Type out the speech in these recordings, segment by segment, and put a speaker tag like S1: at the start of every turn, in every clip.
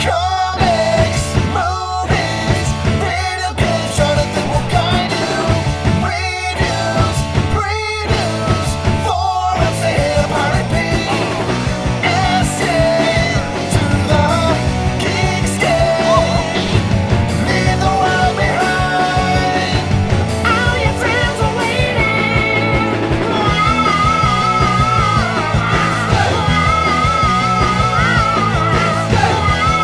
S1: Comics, movies, video games, trying to think what kind of reviews, previews, forums, they hit a party people. Essay to the geek stage. Leave the world behind. All your friends are waiting.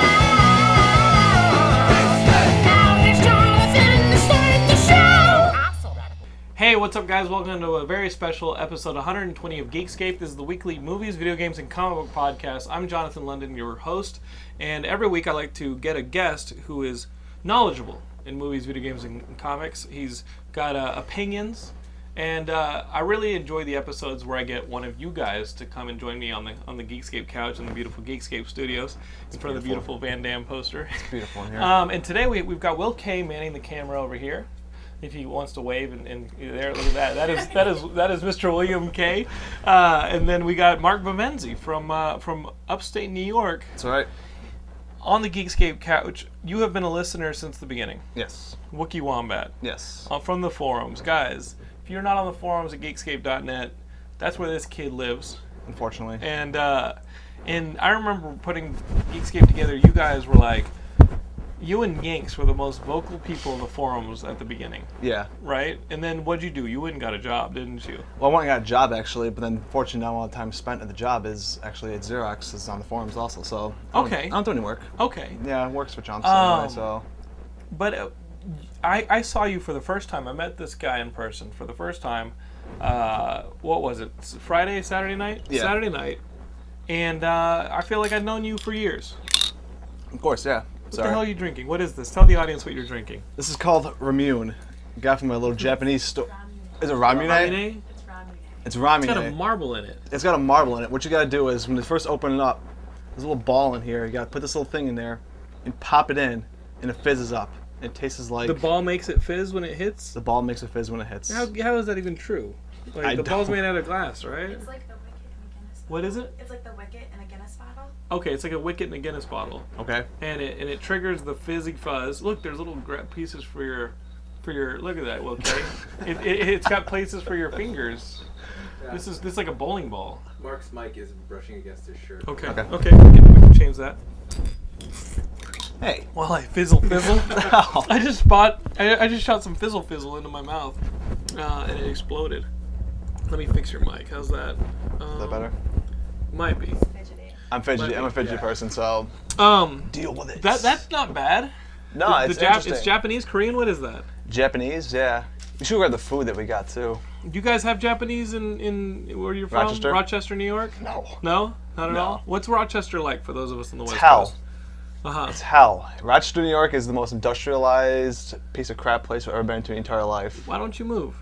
S2: Hey, what's up, guys? Welcome to a very special episode 120 of Geekscape. This is the weekly movies, video games, and comic book podcast. I'm Jonathan London, your host, and every week I like to get a guest who is knowledgeable in movies, video games, and comics. He's got uh, opinions, and uh, I really enjoy the episodes where I get one of you guys to come and join me on the on the Geekscape couch in the beautiful Geekscape studios in front of the beautiful Van Damme poster. It's beautiful here. Um, and today we, we've got Will K manning the camera over here if he wants to wave and, and there look at that that is that is that is mr william k uh, and then we got mark Bemenzi from uh, from upstate new york
S3: That's right.
S2: on the geekscape couch you have been a listener since the beginning
S3: Yes.
S2: wookie wombat
S3: Yes.
S2: uh, from the forums guys if you're not on the forums at geekscape.net that's where this kid lives
S3: Unfortunately.
S2: and uh, and I remember putting Geekscape together. You guys were like, you and Yanks were the most vocal people in the forums at the beginning,
S3: yeah.
S2: right? And then what'd you do? You went and got a job, didn't you?
S3: Well, I went and got a job actually, but then fortunately, not all the time spent at the job is actually at Xerox. It's on the forums also, so. I don't-
S2: Okay.
S3: I don't do any work.
S2: Okay,
S3: Yeah, works for Johnson
S2: Um,
S3: anyway, so.
S2: but uh, I I saw you for the first time. I met this guy in person for the first time. Uh, what was it? S- Friday, Saturday night,
S3: Yeah.
S2: Saturday night, and uh, I feel like I've known you for years. What
S3: Of course, yeah.
S2: the
S3: Sorry.
S2: hell are you drinking? What is this? Tell the audience what you're drinking.
S3: this is called Ramune. Got from my little Japanese store. Is it Ramune?
S2: Lemonade?
S3: It's Ramune.
S2: It's got a marble in it.
S3: it's got a marble in it. What you gotta do is when you first open it up, there's a little ball in here. You gotta put this little thing in there and pop it in, and it fizzes up. It tastes like
S2: The ball makes it fizz when it hits.
S3: the ball makes a fizz when it hits.
S2: How, how is that even true? Like
S3: I
S2: the ball's
S3: don't-
S2: made out of glass, right?
S4: It's like the wicket in a Guinness.
S2: What is it?
S4: It's like the wicket in a Guinness bottle.
S2: Okay, it's like a wicket in a Guinness bottle,
S3: Okay.
S2: and it and it triggers the fizzy fuzz. Look, there's little gra- pieces for your for your. Look at that, okay? it, it, it's got places for your fingers. This is this is like a bowling ball.
S5: Mark's mic is brushing against his shirt.
S2: Okay, okay,
S3: Okay.
S2: we, can, we can change that.
S3: Hey.
S2: While I fizzle fizzle, I just bought I, I just shot some fizzle fizzle into my mouth, uh, and it exploded. Let me fix your mic. How's that? Um,
S3: Is that better?
S2: Might be.
S4: Fidgety.
S3: I'm fidgety.
S2: But-
S3: I'm a fidgety person, so
S2: Um,
S3: deal with it.
S2: that that's not bad.
S3: no,
S2: the
S3: Ah, it's
S2: Jap-
S3: interesting.
S2: it's Japanese, Korean. What is that?
S3: Japanese, yeah. We should grab the food that we got too.
S2: Do you guys have Japanese in in where you're from?
S3: Rochester.
S2: Rochester, New York.
S3: No.
S2: No, not at
S3: No.
S2: all. What's Rochester like for those of us on the west
S3: Hell,
S2: coast? Uh
S3: it's
S2: huh.
S3: hell. Rochester, New York, is the most industrialized piece of crap place I've ever been to in my entire life.
S2: Why don't you move?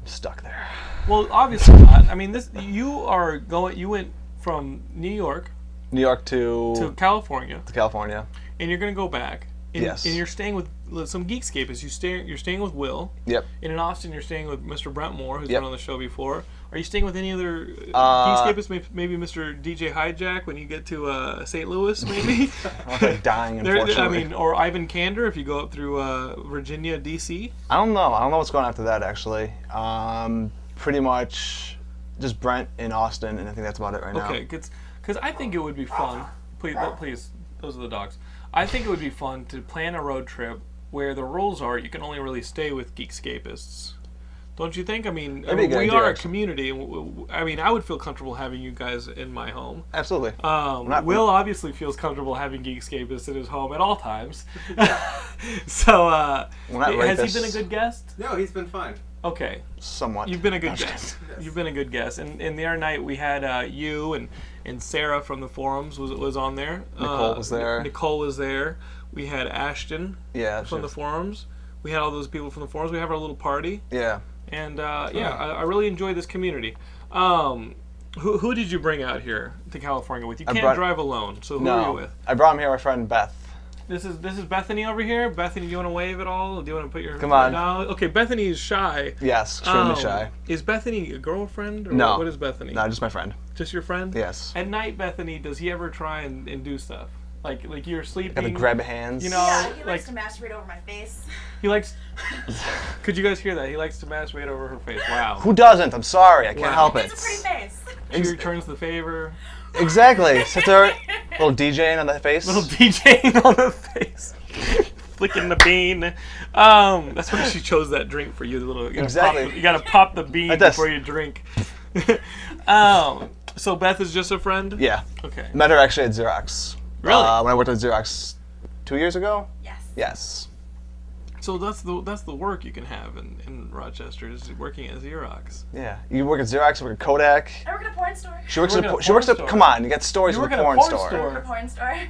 S3: I'm stuck there.
S2: Well, obviously not. I mean, this you are going. You went from New York
S3: New York to,
S2: to California,
S3: to California.
S2: and you're going to go back. And,
S3: Yes.
S2: And you're staying with some Geekscape is you stay, you're staying with Will.
S6: Yep.
S2: And in Austin, you're staying with Mr. Brent Moore, who's
S6: Yep.
S2: been on the show before. Are you staying with any other
S6: Uh,
S2: uh, Geekscapists? May- Maybe Mr. DJ Hijack when you get to uh, St. Louis, maybe.
S7: I'm dying,
S2: There-
S7: unfortunately.
S2: I mean, or Ivan Kander if you go up through uh, Virginia, D.C.
S7: I don't know. I don't know what's going on after that, actually. Um, pretty much just Brent in Austin, and I think that's about it right now.
S2: Okay, because I think it would be fun. Please, oh, please, those are the dogs. I think it would be fun to plan a road trip where the rules are you can only really stay with Geekscapists. Don't you think? I mean,
S7: be a good
S2: we
S7: idea,
S2: are a
S7: actually.
S2: community. and w- w- I mean, I would feel comfortable having you guys in my home.
S7: Absolutely.
S2: Um,
S7: not-
S2: Will obviously feels comfortable having Geekscapists in his home at all times. so, uh,
S7: We're not
S2: has
S7: rapists.
S2: he been a good guest?
S5: No, he's been fine.
S2: Okay,
S7: Somewhat.
S2: You've been a good guest. You've been a good guest. And, and the other night we had uh, you and, and Sarah from the forums was was on there.
S7: Nicole
S2: Uh,
S7: was there.
S2: Nicole was there. We had Ashton
S7: Yeah.
S2: from the
S7: just-
S2: forums. We had all those people from the forums. We have our little party,
S7: yeah.
S2: and uh, yeah, I, I really enjoy this community. Um, who, who did you bring out here to California with? You can't
S7: brought-
S2: drive alone, so who
S7: No.
S2: are you with?
S7: I brought him here, my friend Beth.
S2: This is this is Bethany over here. Bethany, do you want to wave at all? Do you want to put your
S7: Come on.
S2: No. Okay, Bethany is shy.
S7: Yes, extremely
S2: Um,
S7: shy.
S2: Is Bethany a girlfriend? Or
S7: No.
S2: What is Bethany?
S7: No, just my friend.
S2: Just your friend?
S7: Yes.
S2: At night, Bethany, does he ever try and, and do stuff? Like like you're sleeping.
S7: Gotta grab hands.
S2: You know,
S4: Yeah, he likes
S2: Oh, like
S4: to masturbate over my face.
S2: he likes. could you guys hear that? He likes to masturbate over her face. Wow.
S7: Who doesn't? I'm sorry. I can't
S2: Wow.
S7: help it.
S4: It's a pretty face.
S2: She returns the favor.
S7: Exactly. Sit there, little DJing on the face.
S2: Little DJing on the face. Flicking the bean. Um, that's why she chose that drink for you. The little you gotta
S7: Exactly.
S2: Pop the, you gotta pop the bean
S7: Like this.
S2: before you drink. um, so Beth is just a friend.
S7: yeah.
S2: Okay.
S7: Met her actually at Xerox.
S2: Really?
S7: Uh, when I worked at Xerox two years ago?
S4: Yes.
S7: Yes.
S2: So that's the that's the work you can have in, in Rochester is working at Xerox.
S7: Yeah. You work at Xerox, you work at Kodak.
S4: I work at a porn store.
S7: She works
S2: You work
S7: at a,
S2: at
S7: po-
S2: a
S7: she
S2: porn
S7: works at
S2: store.
S7: Come on, you got stories
S2: You work
S7: from a
S2: at a
S7: porn,
S2: porn
S7: store.
S2: store.
S4: I work at a porn store.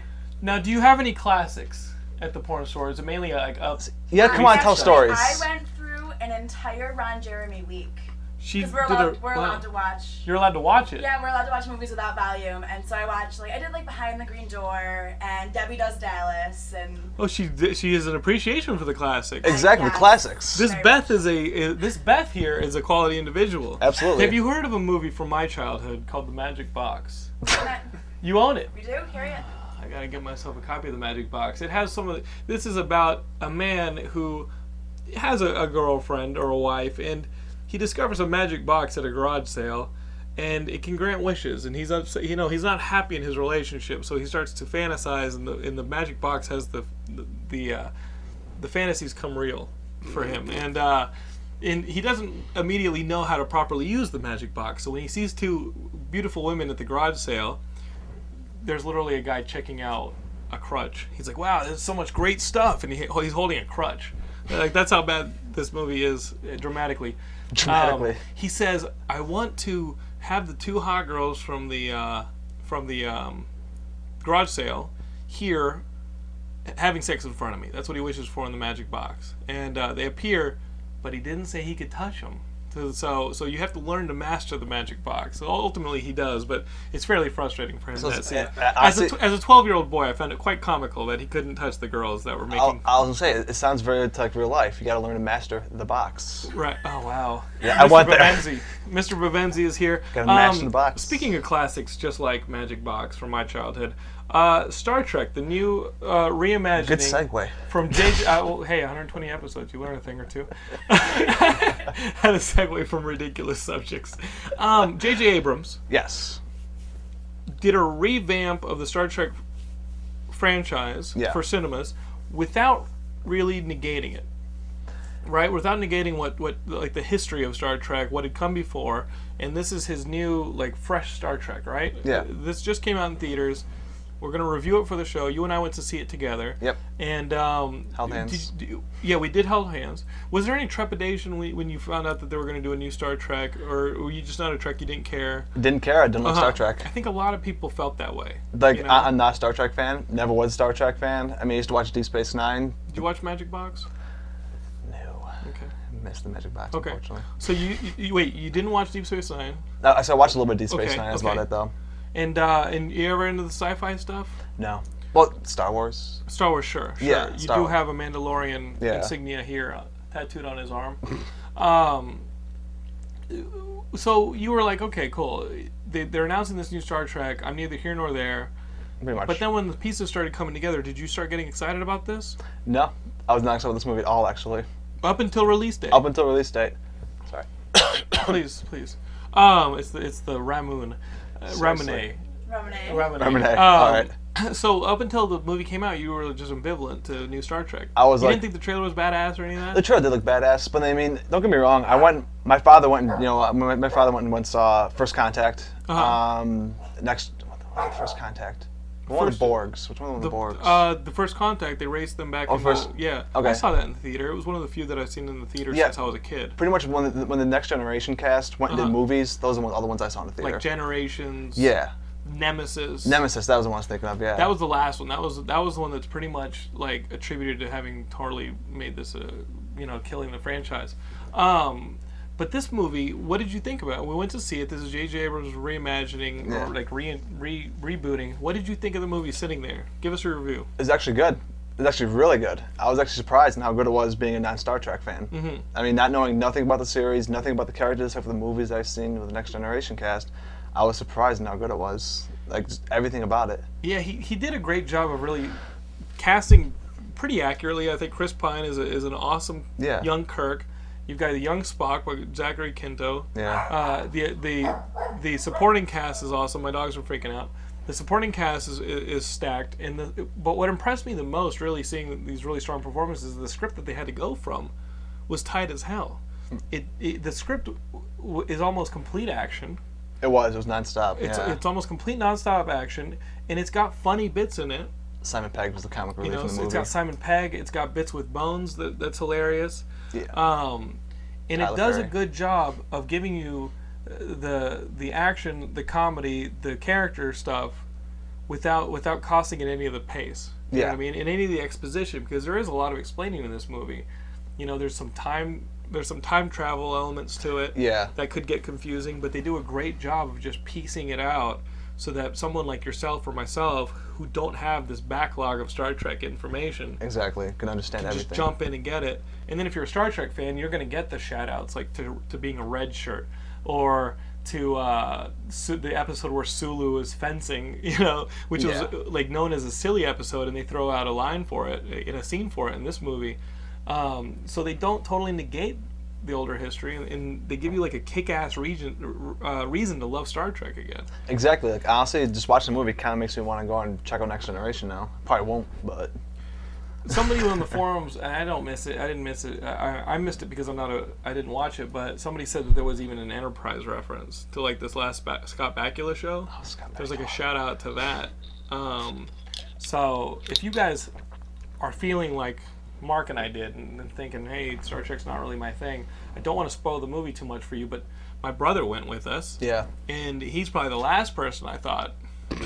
S2: Now, do you have any classics at the porn store? Is it mainly uh, like up?
S7: Yeah, come on, tell
S4: Actually,
S7: stories.
S4: I went through an entire Ron Jeremy week.
S2: She
S4: Because we're,
S2: did
S4: allowed,
S2: a-
S4: we're
S2: wow.
S4: allowed to watch.
S2: You're allowed to watch it.
S4: Yeah, we're allowed to watch movies without volume. And so I watched, like, I did, like, Behind the Green Door and Debbie Does Dallas and.
S2: Oh, she di- she has an appreciation for the classics.
S7: exactly, the
S4: Yes.
S7: classics.
S2: This Beth is a is- this Beth here is a quality individual.
S7: Absolutely.
S2: Have you heard of a movie from my childhood called The Magic Box?
S4: Matt,
S2: You own it.
S4: We do? Carry it.
S2: I gotta get myself a copy of the Magic Box. It has some of. The, this is about a man who has a, a girlfriend or a wife, and he discovers a magic box at a garage sale, and it can grant wishes. And he's upset. You know, he's not happy in his relationship, so he starts to fantasize, and the and the magic box has the the the, uh, the fantasies come real for him, and. uh and he doesn't immediately know how to properly use the magic box. So when he sees two beautiful women at the garage sale, there's literally a guy checking out a crutch. He's like, "Wow, there's so much great stuff," and he, oh, he's holding a crutch. Like that's how bad this movie is uh, dramatically. Um,
S7: Dramatically.
S2: he says, "I want to have the two hot girls from the uh, from the um, garage sale here having sex in front of me. That's what he wishes for in the magic box. And uh, they appear, but he didn't say he could touch them. So, so, so you have to learn to master the magic box. So ultimately, he does, but it's fairly frustrating for him. that
S7: it's-
S2: scene.
S7: uh, uh,
S2: as, a
S7: honestly-
S2: tw- as a twelve-year-old boy, I found it quite comical that he couldn't touch the girls that were making.
S7: I'll, I was gonna say, it, it sounds very like real life. You gotta learn to master the box.
S2: Right. Oh wow.
S7: Yeah, I want that.
S2: Bavenzi. Mr. Bavenzi is here. Um,
S7: Got a match in the box.
S2: Speaking of classics, just like Magic Box from my childhood, uh, Star Trek: The New uh, Reimagining.
S7: Good segue.
S2: From JJ. Uh, well, hey, 120 episodes. You learn a thing or two. Had a segue from ridiculous subjects. Um, J.J. Abrams
S7: Yes.
S2: did a revamp of the Star Trek franchise
S7: Yeah.
S2: for cinemas without really negating it. Right? Without negating what, what like the history of Star Trek, what had come before, and this is his new like fresh Star Trek, right?
S7: Yeah.
S2: This just came out in theaters. We're gonna review it for the show. You and I went to see it together.
S7: Yep.
S2: And um,
S7: Held
S2: did-
S7: hands.
S2: did you- yeah, we did held hands. Was there any trepidation when when you found out that they were gonna do a new Star Trek, or were you just not a Trek? You didn't care.
S7: Didn't care. I didn't like Star
S2: Uh-huh.
S7: Trek.
S2: I think a lot of people felt that way.
S7: Like
S2: you know?
S7: I, I'm not a Star Trek fan. Never was a Star Trek fan. I mean, I used to watch Deep Space Nine.
S2: Did you watch Magic Box?
S7: No,
S2: Okay.
S7: I missed the Magic Box.
S2: Okay.
S7: Unfortunately, Uh,
S2: So you, you, you wait. You didn't watch Deep Space Nine,
S7: I, so I watched a little bit of Deep Space
S2: Okay,
S7: Nine. That's
S2: okay.
S7: about it, though.
S2: and uh, and you ever into the sci-fi stuff?
S7: No, Well, Star Wars.
S2: Star Wars, sure. sure.
S7: Yeah,
S2: you
S7: Star
S2: do
S7: Wars.
S2: have a Mandalorian
S7: Yeah.
S2: insignia here uh, tattooed on his arm. um, so you were like, okay, cool. They, they're announcing this new Star Trek. I'm neither here nor there.
S7: Pretty much.
S2: But then when the pieces started coming together, did you start getting excited about this?
S7: no, I was not excited about this movie at all. Actually,
S2: Up until release date.
S7: up until release date. Sorry.
S2: please, please. Um, it's the it's the Ramoon, uh, Ramune.
S4: Romanet.
S7: Remnant.
S2: Ramune.
S7: all right.
S2: So up until the movie came out, you were just ambivalent to new Star Trek.
S7: I was
S2: you
S7: like-
S2: didn't think the trailer was badass or any of that.
S7: The trailer did look badass, but I mean, don't get me wrong. I went. My father went. And, you know, my, my father went and once saw First Contact.
S2: Uh-huh.
S7: Um, next, what the, what the First Contact? The one of
S2: First-
S7: the Borgs. Which one of the, Borgs?
S2: Uh, the first contact, they raced them back. in the-
S7: Oh, first-
S2: yeah, I
S7: okay.
S2: saw that in the theater. It was one of the few that I've seen in the theater
S7: Yeah.
S2: since I was a kid.
S7: Pretty much when the, when the Next Generation cast went and
S2: Uh-huh.
S7: did movies, those are the other ones I saw in the theater.
S2: Like Generations,
S7: yeah,
S2: Nemesis.
S7: Nemesis. That was the one I was thinking of. Yeah.
S2: That was the last one. That was that was the one that's pretty much like attributed to having totally made this a you know killing the franchise. Um, but this movie, what did you think about? it? We went to see it. This is J.J. Abrams reimagining
S7: Yeah.
S2: or like re, re rebooting. What did you think of the movie sitting there? Give us a review.
S7: It's actually good. It's actually really good. I was actually surprised in how good it was being a non-Star Trek fan.
S2: Mm-hmm.
S7: I mean, not knowing nothing about the series, nothing about the characters except for the movies I've seen with the Next Generation cast, I was surprised in how good it was. Like just everything about it.
S2: Yeah, he, he did a great job of really casting pretty accurately. I think Chris Pine is, a, is an awesome
S7: Yeah.
S2: young Kirk. You've got a young Spock by Zachary Quinto.
S7: Yeah.
S2: Uh, the the the supporting cast is awesome. My dogs are freaking out. The supporting cast is, is stacked, and the but what impressed me the most, really seeing these really strong performances, the script that they had to go from was tight as hell.
S7: Hmm.
S2: It, it the script w- w- is almost complete action.
S7: It was. It was nonstop.
S2: It's,
S7: yeah.
S2: it's almost complete nonstop action, and it's got funny bits in it.
S7: Simon Pegg was the comic relief
S2: You know,
S7: in the
S2: so
S7: movie.
S2: it's got Simon Pegg. It's got bits with bones. That, that's hilarious.
S7: yeah.
S2: Um, and it
S7: Tyler
S2: does a
S7: Perry.
S2: good job of giving you uh, the the action, the comedy, the character stuff, without without costing it any of the pace. You know what
S7: Yeah.
S2: I mean, and any of the exposition because there is a lot of explaining in this movie. You know, there's some time there's some time travel elements to it
S7: Yeah.
S2: that could get confusing, but they do a great job of just piecing it out so that someone like yourself or myself who don't have this backlog of Star Trek information
S7: exactly. Can understand everything.
S2: just jump in and get it. And then if you're a Star Trek fan, you're going to get the shout outs like to, to being a red shirt or to uh, Su- the episode where Sulu is fencing, you know, which was
S7: Yeah.
S2: uh, like known as a silly episode, and they throw out a line for it in a scene for it in this movie. Um, so they don't totally negate the older history, and, and they give you like a kick-ass region, uh, reason to love Star Trek again.
S7: Exactly. Like honestly, just watching the movie kind of makes me want to go and check out Next Generation now. Probably won't, but
S2: somebody on the forums and i don't miss it i didn't miss it I, I I missed it because i'm not a i didn't watch it but somebody said that there was even an enterprise reference to like this last ba- scott bakula show
S7: Scott
S2: there's like a shout out to that um, so if you guys are feeling like mark and i did and, and thinking hey star trek's not really my thing i don't want to spoil the movie too much for you but my brother went with us
S7: yeah.
S2: and he's probably the last person I thought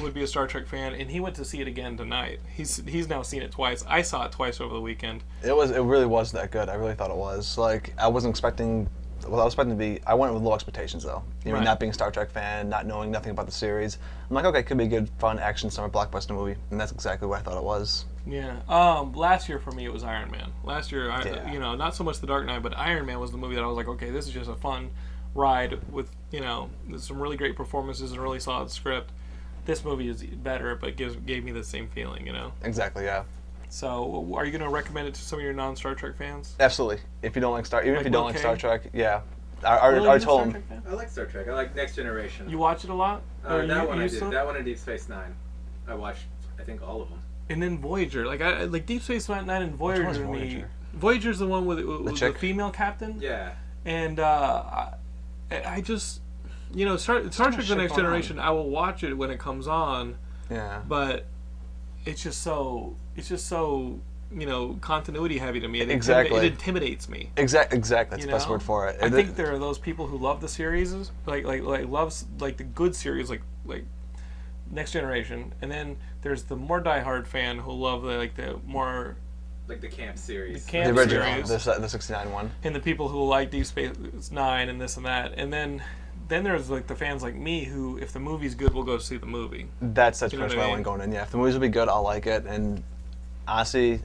S2: would be a Star Trek fan, and he went to see it again tonight. He's he's now seen it twice. I saw it twice over the weekend.
S7: It was. It really was that good. I really thought it was. Like I wasn't expecting. Well, I was expecting to be. I went with low expectations though. You know,
S2: Right.
S7: not being a Star Trek fan, not knowing nothing about the series. I'm like, okay, it could be a good, fun action summer blockbuster movie, and that's exactly what I thought it was.
S2: Yeah. Um. Last year for me it was Iron Man. Last year, I,
S7: Yeah.
S2: you know, not so much The Dark Knight, but Iron Man was the movie that I was like, okay, this is just a fun ride with you know there's some really great performances and a really solid script. This movie is better, but gives gave me the same feeling, you know.
S7: Exactly. Yeah.
S2: So, are you gonna recommend it to some of your non Star Trek fans?
S7: Absolutely. If you don't like Star, even
S2: Like
S7: if you don't
S2: Will
S7: like
S2: Kay?
S7: Star Trek, yeah. I, I,
S2: Really,
S7: I
S2: you're a
S7: told
S2: Star
S7: him.
S2: Trek fan?
S5: I like Star Trek. I like Next Generation.
S2: You watch it a lot.
S5: uh,
S2: Or
S5: that
S2: you-
S5: one
S2: you
S5: I did.
S2: still-
S5: That one and Deep Space Nine. I watched. I think all of them.
S2: and then Voyager. Like I I- like Deep Space Nine and Voyager.
S7: one's
S2: to me-
S7: Voyager?
S2: Voyager's the one with, with the,
S7: chick?
S2: female captain.
S5: Yeah.
S2: And uh, I, I just, you know, Star, Star Trek: The
S7: shit
S2: Next
S7: going on?
S2: Generation. I will watch it when it comes on,
S7: Yeah.
S2: but it's just so it's just so you know continuity heavy to me. It intimi-
S7: Exactly.
S2: it intimidates me.
S7: Exact. Exact. That's
S2: You
S7: the best
S2: know?
S7: word for it.
S2: I
S7: It-
S2: think there are those people who love the series, like like like loves like the good series, like like Next Generation, and then there's the more diehard fan who love the, like the more
S5: Like the camp
S2: The
S5: series.
S7: the
S2: camp-
S7: original,
S2: series.
S7: the, the '69 one.
S2: and the people who like Deep Space Nine and this and that, and then then there's like the fans like me who, if the movie's good, will go see the movie.
S7: That's that's
S2: You know
S7: pretty much
S2: what I mean?
S7: my line going in. Yeah, if the movies will be good, I'll like it. And honestly,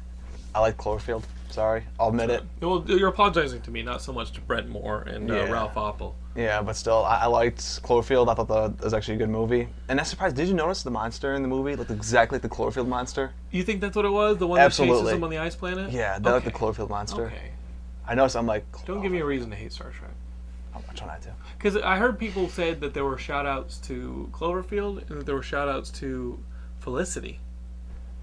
S7: I like Cloverfield. Sorry, I'll admit it.
S2: Well, you're apologizing to me, not so much to Brett Moore and uh,
S7: Yeah.
S2: Ralph Oppel.
S7: Yeah, but still, I, I liked Cloverfield. I thought that was actually a good movie. And that's surprised. Did you notice the monster in the movie looked exactly like the Cloverfield monster?
S2: You think that's what it was? The one that chases
S7: Absolutely.
S2: him on the ice planet?
S7: Yeah, they
S2: okay.
S7: looked like the Cloverfield monster.
S2: Okay.
S7: I noticed. I'm like,
S2: Don't give me a reason to hate Star Trek.
S7: I'm trying not to.
S2: Because I heard people said that there were shout outs to Cloverfield and that there were shout outs to Felicity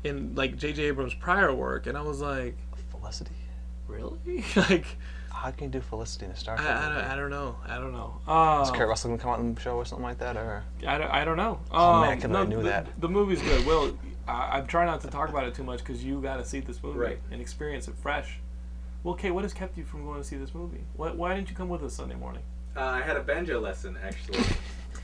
S2: in like J.J. Abrams' prior work. And I was like,
S7: Felicity.
S2: really? like,
S7: How can you do Felicity in a Star
S2: I,
S7: Trek?
S2: I,
S7: movie?
S2: don't, I don't know. I don't know.
S7: Is
S2: Uh,
S7: Kurt Russell gonna come out and show or something like that, or
S2: I, don't, I don't know. Um,
S7: man, I could've
S2: no,
S7: knew
S2: the,
S7: that.
S2: The movie's good. Well, I, I'm trying not to talk about it too much because you got to see this movie
S5: Right.
S2: and experience it fresh. Well, Kate, what has kept you from going to see this movie? Why, why didn't you come with us Sunday morning?
S5: Uh, I had a banjo lesson actually.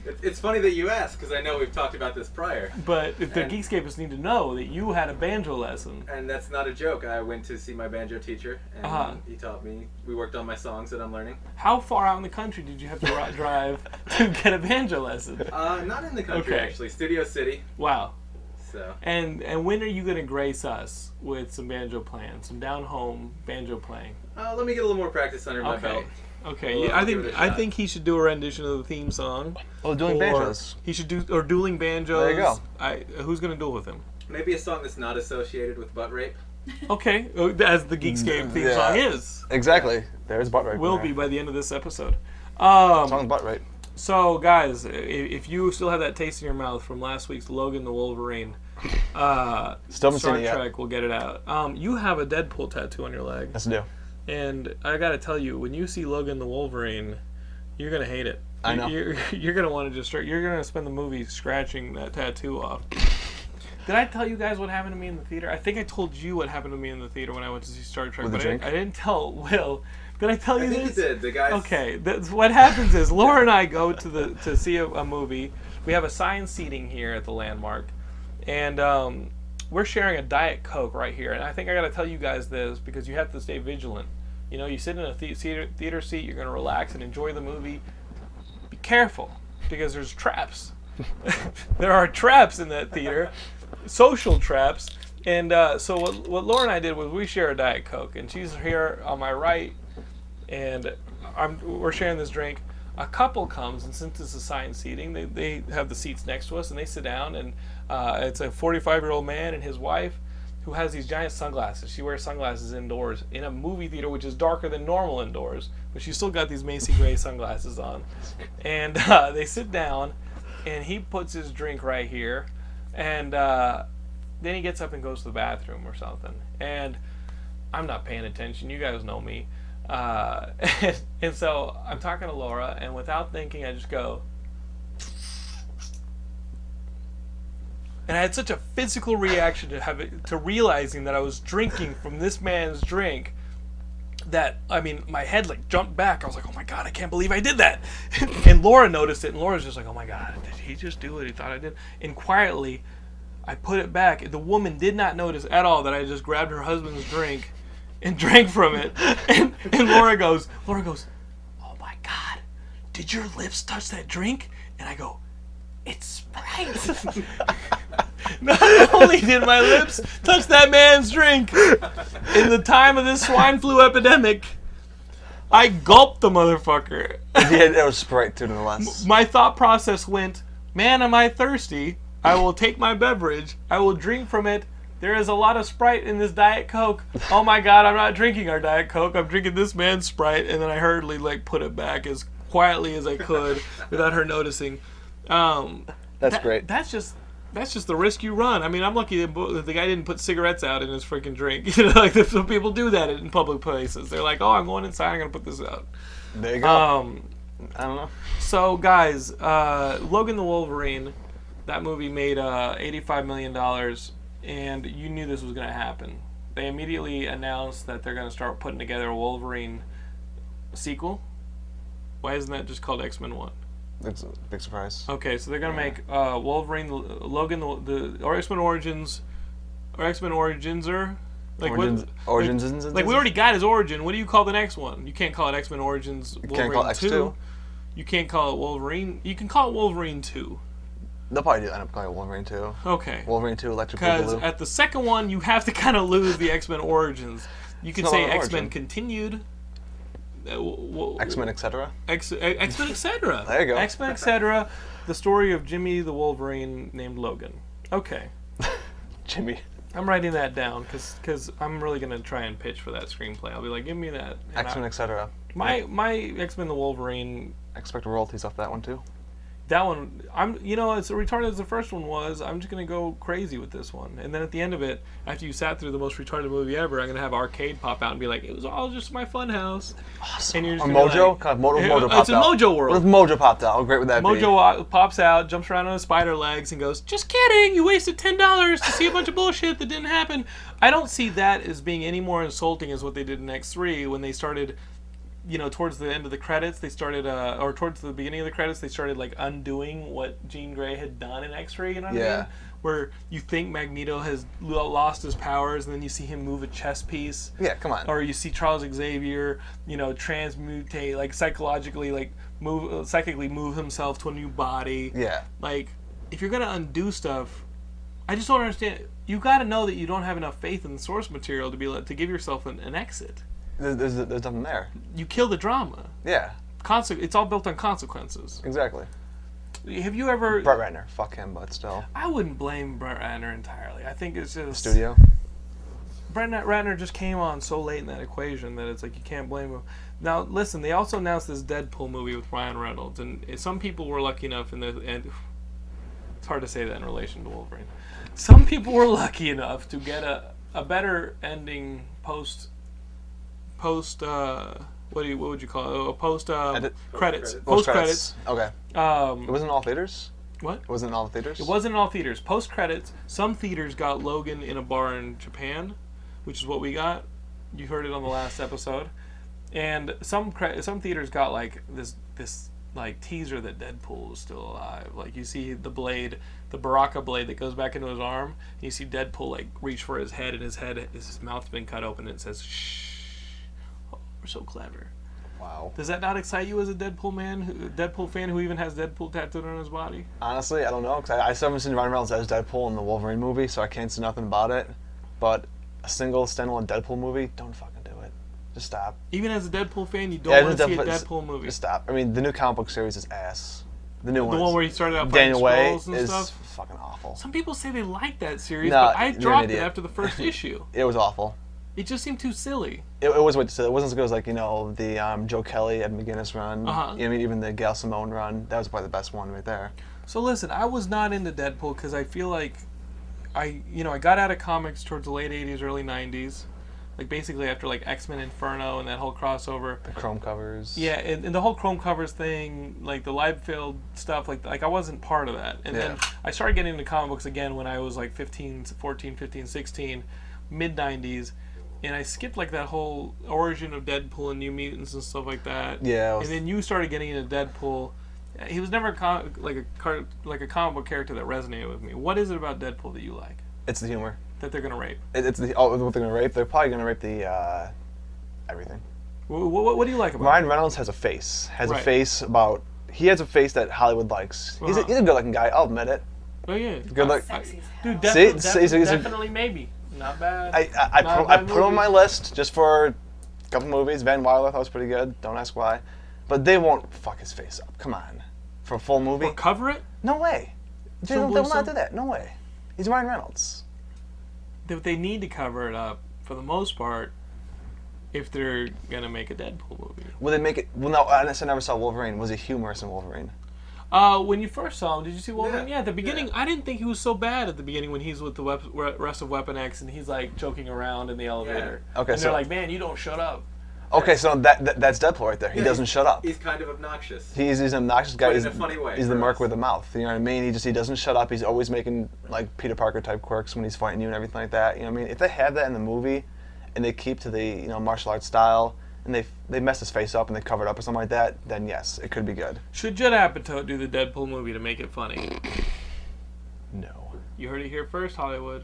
S5: it, it's funny that you asked because I know we've talked about this prior,
S2: But if the
S5: And-
S2: Geekscapists need to know that you had a banjo lesson.
S5: and that's not a joke. I went to see my banjo teacher, and
S2: Uh-huh.
S5: he taught me. We worked on my songs that I'm learning.
S2: How far out in the country did you have to ri- drive to get a banjo lesson?
S5: Uh, not in the country
S2: Okay.
S5: actually, Studio City.
S2: Wow.
S5: So
S2: And and when are you going to grace us with some banjo playing, some down home banjo playing?
S5: uh, let me get a little more practice under my
S2: Okay.
S5: belt.
S2: Okay,
S5: Well,
S2: yeah, I
S5: I'll give
S2: think
S5: it a
S2: I
S5: shot.
S2: think he should do a rendition of the theme song.
S7: oh, doing banjos?
S2: He should do or dueling banjos.
S7: There you go.
S2: I, who's going to duel with him?
S5: Maybe a song that's not associated with butt rape.
S2: Okay, uh, as the Geekscape theme
S7: Yeah.
S2: song is,
S7: Exactly. There's butt right.
S2: will
S7: there.
S2: be by the end of this episode. Um,
S7: Song's butt right.
S2: So, guys, i- if you still have that taste in your mouth from last week's Logan the Wolverine, uh,
S7: Still haven't
S2: Star
S7: seen it yet.
S2: Trek will get it out. Um, you have a Deadpool tattoo on your leg,
S7: That's new.
S2: and I gotta tell you, when you see Logan the Wolverine, you're gonna hate it.
S7: I know.
S2: You're, you're gonna want to just start. You're gonna spend the movie scratching that tattoo off. Did I tell you guys what happened to me in the theater? I think I told you what happened to me in the theater when I went to see Star Trek,
S7: With the
S2: but I,
S7: drink?
S2: I didn't tell Will. Did I tell you
S5: I think
S2: this?
S5: you did. The guys.
S2: Okay, that's what happens is Laura and I go to the to see a, a movie. We have assigned seating here at the landmark, and um, we're sharing a diet coke right here. And I think I got to tell you guys this because you have to stay vigilant. You know, you sit in a the- theater theater seat, you're gonna relax and enjoy the movie. Be careful because there's traps. there are traps in that theater, social traps. And uh, so what, what Laura and I did was we share a diet coke, and she's here on my right, and I'm, we're sharing this drink. A couple comes, and since it's assigned seating, they, they have the seats next to us, and they sit down, and uh, it's a 45 year old man and his wife who has these giant sunglasses. She wears sunglasses indoors in a movie theater, which is darker than normal indoors, but she's still got these Macy Gray sunglasses on. And uh, they sit down, and he puts his drink right here, and uh, then he gets up and goes to the bathroom or something. And I'm not paying attention. You guys know me. Uh, and, so I'm talking to Laura, and without thinking, I just go. And I had such a physical reaction to have it, to realizing that I was drinking from this man's drink that I mean my head like jumped back. I was like, "Oh my god, I can't believe I did that." and Laura noticed it, and Laura's just like, "Oh my god, did he just do what he thought I did?" And quietly, I put it back. The woman did not notice at all that I just grabbed her husband's drink and drank from it. And, and Laura goes, Laura goes, "Oh my god, did your lips touch that drink?" And I go, "It's Sprite." Not only did my lips touch that man's drink in the time of this swine flu epidemic, I gulped the motherfucker.
S7: yeah, that was Sprite too, nonetheless.
S2: My thought process went, man, am I thirsty? I will take my beverage. I will drink from it. There is a lot of Sprite in this Diet Coke. Oh my God, I'm not drinking our Diet Coke. I'm drinking this man's Sprite. And then I hurriedly like put it back as quietly as I could without her noticing. Um,
S7: That's
S2: that-
S7: great.
S2: That's just that's just the risk you run. I mean, I'm lucky that bo- that the guy didn't put cigarettes out in his freaking drink. You know, like some people do that in public places. They're like, "Oh, I'm going inside. I'm gonna put this out."
S7: there you go.
S2: Um,
S7: I don't know.
S2: so guys, uh, Logan the Wolverine, that movie made uh, 85 million dollars, and you knew this was gonna happen. They immediately announced that they're gonna start putting together a Wolverine sequel. Why isn't that just called X Men One?
S7: That's a big surprise.
S2: Okay, so they're gonna make uh, Wolverine, L- Logan, the, the or X Men Origins, or X Men Origins, or like
S7: Origins,
S2: what?
S7: origins
S2: Like we already got his origin. What do you call the next one? You can't call it X Men Origins. Wolverine
S7: can't call X2.
S2: You can't call it Wolverine. You can call it Wolverine 2.
S7: They'll probably do end up calling it Wolverine 2.
S2: Okay.
S7: Wolverine 2, Electric
S2: Because
S7: Boogaloo.
S2: at the second one, you have to kind of lose the X Men Origins. You can
S7: not
S2: say
S7: an origin.
S2: X Men Continued. Uh,
S7: X Men, etc.
S2: X uh, Men, etc.
S7: There you go.
S2: X Men, etc. The story of Jimmy the Wolverine named Logan. Okay.
S7: Jimmy.
S2: I'm writing that down because I'm really gonna try and pitch for that screenplay. I'll be like, give me that. And
S7: X Men,
S2: I-
S7: etc.
S2: my my X Men the Wolverine.
S7: Expect royalties off that one too.
S2: That one, I'm you know, it's retarded as the first one was. I'm just gonna go crazy with this one, and then at the end of it, after you sat through the most retarded movie ever, I'm gonna have arcade pop out and be like, it was all just my fun house. Awesome. And you're
S7: Or
S2: just gonna be
S7: Mojo?
S2: like-
S7: God, Mojo,
S2: Yeah,
S7: Mojo
S2: it's
S7: popped
S2: a
S7: out.
S2: Mojo world.
S7: What if Mojo popped out? How great would that be?
S2: Mojo wa- pops out, jumps around on his spider legs, and goes, "Just kidding! You wasted ten dollars to see a bunch of bullshit that didn't happen." I don't see that as being any more insulting as what they did in X three when they started, you know, towards the end of the credits, they started, uh, or towards the beginning of the credits, they started like undoing what Jean Grey had done in X three. You know what I
S7: Yeah.
S2: mean? Where you think Magneto has lo- lost his powers, and then you see him move a chess piece
S7: Yeah, come on.
S2: or you see Charles Xavier, you know, transmutate like psychologically, like move uh, psychically move himself to a new body.
S7: Yeah.
S2: Like, if you're gonna undo stuff, I just don't understand. You got to know that you don't have enough faith in the source material to be let to give yourself an, an exit.
S7: There's, there's, there's nothing there.
S2: You kill the drama.
S7: Yeah,
S2: Conse- it's all built on consequences.
S7: exactly.
S2: Have you ever?
S7: Brett Ratner. Fuck him, but still.
S2: I wouldn't blame Brett Ratner entirely. I think it's just
S7: Studio.
S2: Brett Ratner just came on so late in that equation that it's like you can't blame him. Now, listen, they also announced this Deadpool movie with Ryan Reynolds, and some people were lucky enough in the and it's hard to say that in relation to Wolverine. Some people were lucky enough to get a, a better ending post post uh what do you, what would you call it? Oh, post um,
S7: Edit-
S2: credits
S5: Post-credits.
S2: post credits.
S7: Okay.
S2: Um,
S7: It wasn't in all theaters?
S2: what?
S7: It wasn't in all the theaters?
S2: It wasn't in all theaters. Post credits, some theaters got Logan in a bar in Japan, which is what we got. You heard it on the last episode. And some cre- some theaters got like this this like teaser that Deadpool is still alive. Like you see the blade, the Baraka blade that goes back into his arm, and you see Deadpool like reach for his head, and his head his mouth's been cut open. And it says, "Shh, oh, we're so clever."
S7: Wow.
S2: Does that not excite you as a Deadpool man, who, Deadpool fan who even has Deadpool tattooed on his body?
S7: Honestly, I don't know, because I, I still haven't seen Ryan Reynolds as Deadpool in the Wolverine movie, so I can't say nothing about it. But a single standalone Deadpool movie, don't fucking do it. Just stop.
S2: Even as a Deadpool fan, you don't
S7: Yeah,
S2: want
S7: it's
S2: to see a
S7: Deadpool- it's-
S2: Deadpool movie.
S7: Just stop. I mean, the new comic book series is ass. The new
S2: The
S7: one.
S2: one where he started out fighting
S7: Daniel Way
S2: scrolls and
S7: is
S2: stuff.
S7: fucking awful.
S2: Some people say they like that series,
S7: No,
S2: but I
S7: you're an
S2: dropped it
S7: idiot.
S2: after the first issue.
S7: It was awful.
S2: It just seemed too silly.
S7: It, it was what you said. It wasn't as good as like you know the um, Joe Kelly Ed McGuinness run.
S2: Uh-huh.
S7: You know, I mean, even the Gail Simone run. That was probably the best one right there.
S2: So listen, I was not into Deadpool because I feel like I, you know, I got out of comics towards the late '80s, early '90s, like basically after like X Men Inferno and that whole crossover.
S7: The chrome covers.
S2: Yeah, and, and the whole Chrome covers thing, like the Liebfeld stuff, like like I wasn't part of that. And then
S7: Yeah.
S2: I started getting into comic books again when I was like 15, 14, 15, 16, mid 90s. And I skipped like that whole origin of Deadpool and New Mutants and stuff like that.
S7: Yeah, it was-
S2: And then you started getting into Deadpool. He was never a com- like a car- like a comic book character that resonated with me. What is it about Deadpool that you like?
S7: It's the humor.
S2: That they're gonna rape?
S7: It, it's the oh, what they're gonna rape. They're probably gonna rape the uh, everything.
S2: What, what, what do you like about? it?
S7: Ryan Reynolds has a face. Has
S2: Right.
S7: a face about. He has a face that Hollywood likes. He's, a,
S2: Uh-huh.
S7: he's a good-looking guy. I'll admit it.
S2: Oh yeah,
S7: Good look.
S2: I-
S4: Sexy as hell.
S2: dude. Definitely,
S7: See, see, see, see.
S2: definitely, maybe. Not bad.
S7: I I, I
S2: Not
S7: put,
S2: bad
S7: I put him on
S2: movie.
S7: my list just for a couple movies. Van Wilder I thought was pretty good. Don't ask why. But they won't fuck his face up. Come on, for a full movie.
S2: Or cover it.
S7: No way. They,
S2: So
S7: don't- they will
S2: will some-
S7: not do that. No way. He's Ryan Reynolds.
S2: that they need to cover it up for the most part if they're gonna make a Deadpool movie.
S7: Will they make it? Well, no. I guess I never saw Wolverine. Was he humorous in Wolverine?
S2: Uh, when you first saw him, did you see Wolverine?
S5: Yeah,
S2: Yeah, at the beginning, I didn't think he was so bad at the beginning when he's with the wep- re- rest of Weapon X and he's like joking around in the elevator.
S7: Okay,
S2: and
S7: so-
S2: they're like, "Man, you don't shut up."
S7: Okay, so that, that that's Deadpool right there. He doesn't shut up.
S5: He's kind of obnoxious.
S7: He's, he's an obnoxious guy.
S5: But in
S7: he's,
S5: a funny way
S7: He's the
S5: for
S7: merc
S5: us.
S7: with a mouth. You know what I mean? He just he doesn't shut up. He's always making like Peter Parker type quirks when he's fighting you and everything like that. You know what I mean? If they have that in the movie, and they keep to the you know martial arts style, and they they mess his face up and they cover it up or something like that, then yes, it could be good.
S2: Should Judd Apatow do the Deadpool movie to make it funny?
S7: No.
S2: You heard it here first, Hollywood.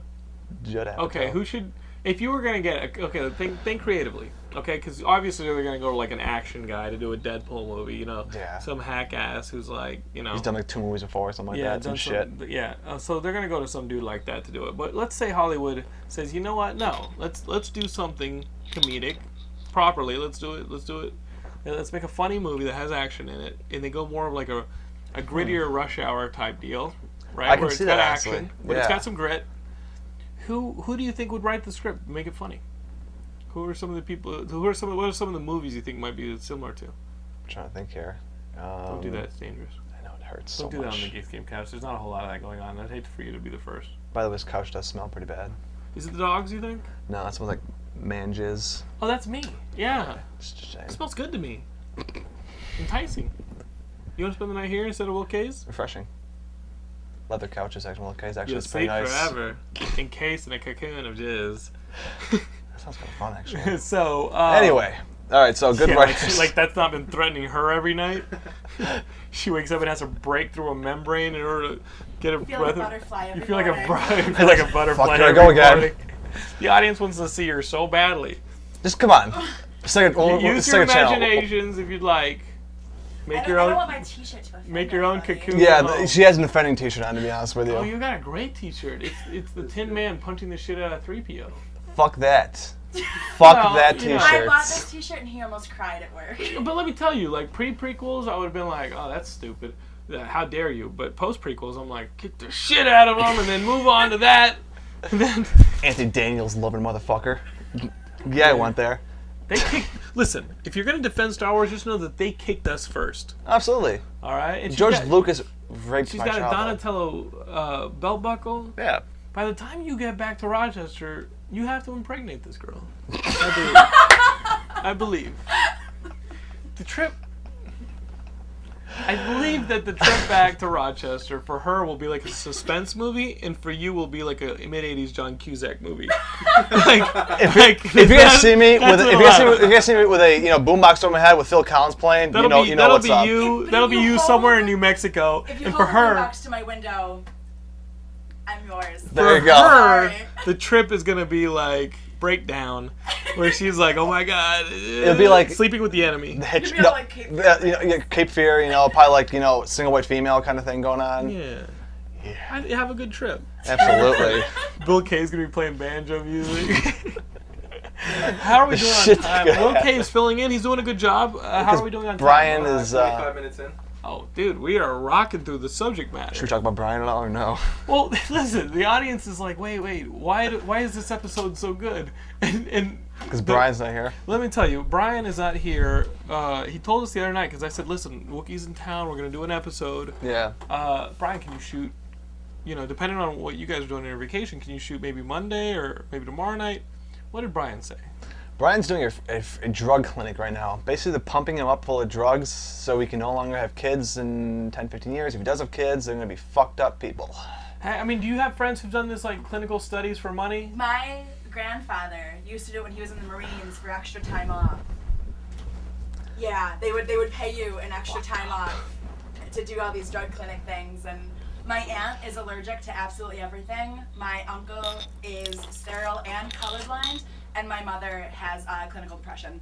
S7: Judd Apatow.
S2: Okay, who should? if you were gonna get a, okay, think think creatively, okay? Because obviously they're gonna go to like an action guy to do a Deadpool movie, you know?
S7: Yeah.
S2: Some hack ass who's like, you know,
S7: He's done like two movies before or something like that. Some
S2: done
S7: shit.
S2: some- yeah, uh, so they're gonna go to some dude like that to do it. But let's say Hollywood says, you know what? No, let's let's do something comedic, properly. Let's do it. Let's do it. and Let's make a funny movie that has action in it, and they go more of like a, a grittier Rush Hour type deal, right?
S7: Hmm. I can
S2: Where it's
S7: see
S2: got
S7: that,
S2: action,
S7: actually.
S2: but it's
S7: Yeah.
S2: got some grit. Who who do you think would write the script, and make it funny? Who are some of the people? Who are some? What are some of the movies you think might be similar to?
S7: I'm trying to think here.
S2: Don't
S7: Um,
S2: do that; it's dangerous.
S7: I know it hurts
S2: Don't
S7: so
S2: do that
S7: much.
S2: on the Geeks Game Couch. There's not a whole lot of that going on. I'd hate for you to be the first.
S7: By the way, this couch does smell pretty bad.
S2: Is it the dogs, you think?
S7: No, it smells like man jizz.
S2: Oh, that's me. Yeah.
S7: It's just a
S2: It
S7: shame.
S2: smells good to me. Enticing. You want to spend the night here instead of Will K's?
S7: Refreshing. Leather couch is actually okay. It's actually
S2: You'll
S7: it's pretty
S2: sleep
S7: nice.
S2: forever, encased in a cocoon of jizz.
S7: That sounds kind of fun actually.
S2: so, uh,
S7: anyway, all right. So good
S2: yeah, like, she-
S7: writers.
S2: like, that's not been threatening her every night. she wakes up and has to break through a membrane in order to get a
S4: feel like a
S2: breath-
S4: butterfly
S2: You
S4: every
S2: feel like a
S4: morning.
S2: bri- you feel like a butterfly.
S7: here I
S2: every
S7: go again.
S2: morning. The audience wants to see her so badly.
S7: Just come on. Second, we'll, we'll-
S2: Use your
S7: second channel.
S2: imaginations if you'd like.
S4: I
S2: Make
S4: don't,
S2: your
S4: I don't
S2: own.
S4: want my T-shirt to offend
S2: Make your own
S4: anybody.
S2: cocoon.
S7: Yeah,
S2: Oh.
S7: th- she has an offending T-shirt on. To be honest with you,
S2: Oh, you got a great T-shirt. It's it's the Tin Man punching the shit out of three PO.
S7: fuck that. fuck
S2: Well,
S7: that
S2: you know.
S7: T-shirt.
S2: I
S4: I bought this T-shirt and he almost cried at work.
S2: But let me tell you, like pre prequels, I would have been like, oh, that's stupid. Uh, How dare you? But post prequels, I'm like, kick the shit out of them, and then move on to that. And then
S7: Anthony Daniels loving motherfucker. Yeah, I went there.
S2: they kick. Listen, if you're gonna defend Star Wars, just know that they kicked us first.
S7: Absolutely.
S2: All right. And she's
S7: George
S2: got-
S7: Lucas raped
S2: She's
S7: my
S2: got a
S7: childhood.
S2: Donatello uh, belt buckle.
S7: yeah.
S2: By the time you get back to Rochester, you have to impregnate this girl. I believe. I believe. The trip. I believe that the trip back to Rochester for her will be like a suspense movie, and for you will be like a mid '80s John Cusack movie. like,
S7: If,
S2: like,
S7: if you guys
S2: that's-
S7: see me
S2: that's
S7: with,
S2: what
S7: if you guys see me,
S2: allows.
S7: if you guys see me with a you know boombox over my head with Phil Collins playing,
S2: that'll
S7: you know
S2: be,
S7: you know
S2: that'll
S7: what's
S2: be
S7: up.
S2: you.
S4: If
S2: that'll be
S4: you
S2: you
S4: hold
S2: somewhere
S4: the-
S2: in New Mexico,
S4: If you
S2: and
S4: hold
S2: for
S4: the
S2: her,
S4: box to my window, I'm yours.
S7: There
S2: for
S7: you go.
S2: her,
S4: Sorry.
S2: the trip is gonna be like breakdown, where she's like, "Oh my god," it'll
S7: be like-
S2: sleeping with the enemy.
S7: Hitch,
S4: You'd be all like Cape Fear.
S7: yeah, you know, yeah, Cape Fear, you know, probably like you know single white female kind of thing going on.
S2: Yeah. I, have a good trip.
S7: Absolutely.
S2: Bill K's gonna be playing banjo music. how are we doing on
S7: Shit's
S2: time?
S7: gonna
S2: Will K is filling in. He's doing a good job. Uh, how are we doing on
S7: Brian
S2: time?
S7: is. Uh,
S5: 25 minutes in.
S2: Oh, dude, we are rocking through the subject matter.
S7: should we talk about Brian at all or no?
S2: Well, listen, the audience is like, wait, wait, why, do, why is this episode so good? And, and
S7: Because Brian's not here.
S2: Let me tell you, Brian is not here. Uh, he told us the other night because I said, "Listen, Wookiee's in town. We're gonna do an episode.
S7: Yeah.
S2: Uh, Brian, can you shoot? You know, depending on what you guys are doing on your vacation, can you shoot maybe Monday or maybe tomorrow night?" What did Brian say?
S7: Brian's doing a, a- a drug clinic right now. Basically, they're pumping him up full of drugs so he can no longer have kids in 10, 15 years. If he does have kids, they're going to be fucked up people.
S2: Hey, I mean, do you have friends who've done this like clinical studies for money?
S4: My grandfather used to do it when he was in the Marines for extra time off. Yeah, they would they would pay you an extra time off to do all these drug clinic things and my aunt is allergic to absolutely everything. My uncle is sterile and colorblind, and my mother has uh, clinical depression.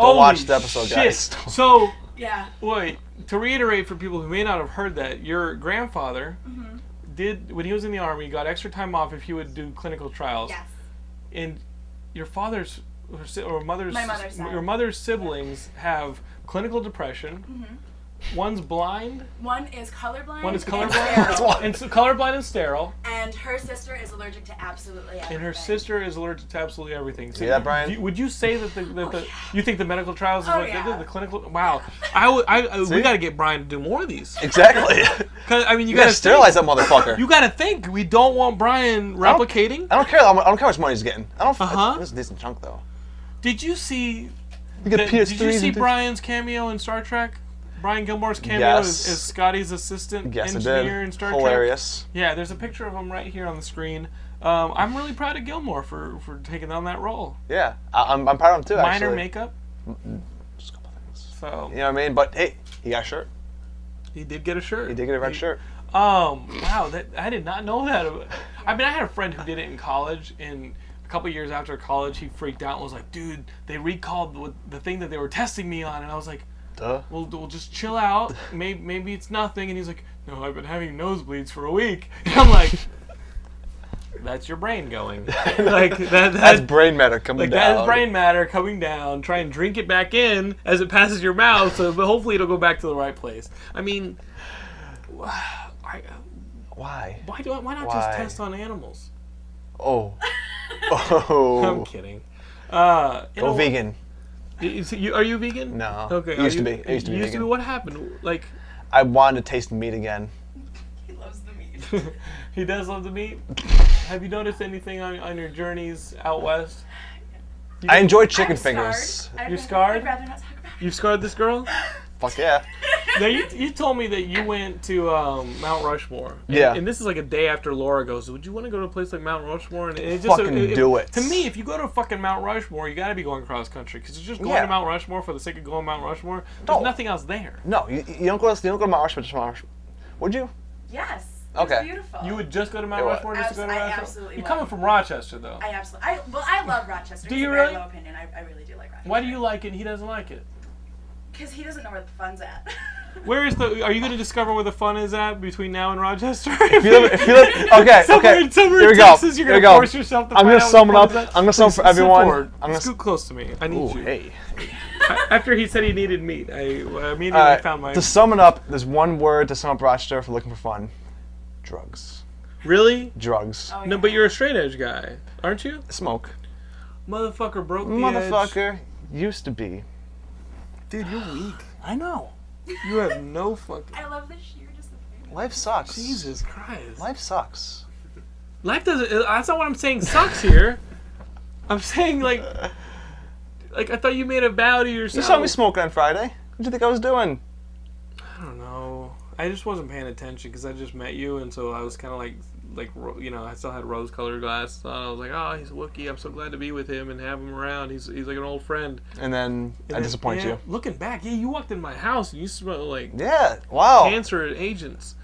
S2: Oh,
S7: watch the episode, guys.
S2: So,
S4: Yeah,
S2: wait. To reiterate for people who may not have heard that, your grandfather did when he was in the army got extra time off if he would do clinical trials.
S4: yes.
S2: and your father's or si- or mother's,
S4: My mother's side.
S2: your mother's siblings have clinical depression.
S4: Mm-hmm.
S2: One's blind,
S4: One is colorblind.
S2: one is
S4: and
S2: colorblind,
S4: sterile,
S2: and so colorblind and sterile,
S4: and her sister is allergic to absolutely everything.
S2: and her sister is allergic to absolutely everything. So
S7: See that,
S2: you-
S7: Brian?
S2: you- would you say that the, that the you think the medical trials is
S4: Oh,
S2: what they
S4: yeah.
S2: did? The clinical wow, I, would- I, I we
S7: See?
S2: got to get Brian to do more of these.
S7: Exactly.
S2: 'Cause, I mean, you,
S7: you
S2: got
S7: got
S2: to
S7: to sterilize that motherfucker.
S2: You got to think. We don't want Brian replicating.
S7: I don't care. I don't, I don't care how much money he's getting. I don't.
S2: Uh-huh.
S7: uh This is a decent chunk though.
S2: Did you see
S7: You get
S2: Did-
S7: PS3s.
S2: Did you see
S7: and things.
S2: Brian's cameo in Star Trek? Brian Gilmore's cameo as,
S7: Yes.
S2: as Scotty's assistant
S7: Yes, I
S2: engineer in
S7: did.
S2: Star Trek.
S7: Hilarious.
S2: Yeah, there's a picture of him right here on the screen. Um, I'm really proud of Gilmore for, for taking on that role.
S7: Yeah, I, I'm, I'm proud of him too.
S2: Minor
S7: actually. mm,
S2: makeup,
S7: Just a couple things.
S2: so
S7: You know what I mean? But hey, he got a shirt.
S2: he did get a shirt.
S7: He did get a red shirt.
S2: Um, wow, that I did not know that. I mean, I had a friend who did it in college, and a couple years after college, he freaked out and was like, "Dude, they recalled the, the thing that they were testing me on," and I was like.
S7: Duh.
S2: We'll, we'll just chill out. Maybe, maybe it's nothing. And he's like, No, I've been having nosebleeds for a week. And I'm like, That's your brain going. like, that,
S7: That's
S2: that,
S7: brain matter coming
S2: like
S7: down.
S2: that is brain matter coming down. Try and drink it back in as it passes your mouth, so but hopefully it'll go back to the right place. I mean, why,
S7: Why?
S2: why do I, why not
S7: Why?
S2: just test on animals?
S7: Oh. Oh.
S2: I'm kidding. Uh, you
S7: Go
S2: know,
S7: vegan.
S2: y- is- you- are you vegan?
S7: No.
S2: Okay.
S7: It
S2: are
S7: used to
S2: you-
S7: be. It used to be
S2: you
S7: vegan.
S2: What happened? Like
S7: I wanted to taste meat again.
S4: He loves the meat.
S2: he does love the meat. Have you noticed anything on, on your journeys out west?
S7: I enjoy chicken
S4: I'm scarred.
S7: fingers.
S4: I'd
S2: You're
S4: rather-
S2: scarred?
S4: I'd rather not talk about it.
S2: You've scarred this girl.
S7: Fuck yeah.
S2: Now you, you told me that you went to um, Mount Rushmore. And,
S7: Yeah.
S2: And this is like a day after Laura goes. Would you want to go to a place like Mount Rushmore? And it just
S7: Fucking do it.
S2: To me, if you go to fucking Mount Rushmore, you got to be going cross country because it's just going
S7: Yeah.
S2: to Mount Rushmore for the sake of going to Mount Rushmore. There's
S7: No.
S2: nothing else there.
S7: No, you, you don't go to you don't go to Mount Rushmore. Just Mount Rushmore. Would you?
S4: Yes. It's
S7: Okay.
S4: beautiful.
S2: You would just go to Mount
S7: It would.
S2: Rushmore just to go to
S4: Abs-
S2: Mount
S4: I
S2: Rushmore.
S4: absolutely
S2: You're
S4: would.
S2: coming from Rochester though.
S4: I absolutely. I well, I love Rochester.
S2: Do
S4: It's
S2: you
S4: a very
S2: really?
S4: Low opinion. I, I really do like Rochester.
S2: Why do you like it? and He doesn't like it.
S4: Because he doesn't know where the fun's at.
S2: Where is the? Are you going to discover where the fun is at between now and Rochester?
S7: If you live, if you live, okay,
S2: Somewhere
S7: okay.
S2: in- somewhere
S7: Here
S2: in
S7: we go.
S2: Texas, you're
S7: Here we
S2: gonna
S7: go.
S2: force yourself to
S7: I'm
S2: find
S7: gonna
S2: out
S7: sum it
S2: what
S7: up.
S2: the fuck's up.
S7: I'm gonna sum for
S2: Sit
S7: everyone.
S2: forward.
S7: I'm gonna.
S2: Scoot close to me. I need
S7: Ooh,
S2: you.
S7: hey.
S2: After he said he needed meat, I uh, immediately
S7: All right,
S2: found my.
S7: To sum it up, there's one word to sum up Rochester for looking for fun. Drugs.
S2: Really?
S7: Drugs.
S2: No, but you're a straight edge guy, aren't you?
S7: Smoke.
S2: Motherfucker broke the edge.
S7: Motherfucker. Used to be.
S2: Dude, you're weak. I know. You have no fucking.
S4: I love the sheer disappointment.
S7: Life sucks.
S2: Jesus Christ.
S7: Life sucks.
S2: Life doesn't. uh, That's not what I'm saying. Sucks here. I'm saying like, like I thought you made a vow to yourself.
S7: You saw me smoking on Friday. What do you think I was doing?
S2: I don't know. I just wasn't paying attention because I just met you, and so I was kind of like, like ro- you know, I still had rose-colored glasses on. I was like, oh, he's a Wookiee. I'm so glad to be with him and have him around. He's he's like an old friend.
S7: And then I
S2: And-
S7: disappoint
S2: yeah,
S7: you.
S2: Looking back, yeah, you walked in my house and you smelled like
S7: Yeah. Wow.
S2: cancer and agents.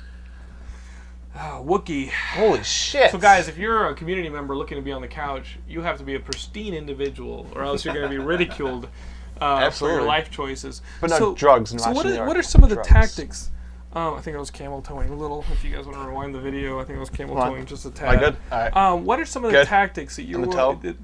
S2: Oh, Wookiee.
S7: Holy shit.
S2: So, guys, if you're a community member looking to be on the couch, you have to be a pristine individual, or else you're going to be ridiculed uh, for your
S7: Absolutely.
S2: life choices.
S7: But not drugs in
S2: so, what
S7: Rochester, New
S2: are,
S7: York.
S2: what are some of the
S7: Drugs.
S2: tactics? Um, I think I was camel towing a little. If you guys want to rewind the video, I think I was camel
S7: Come on.
S2: towing just a
S7: Am I
S2: tad.
S7: good? All right.
S2: Um, what are some of the
S7: Good.
S2: tactics that you
S7: I'm
S2: were
S7: a toe.
S2: that-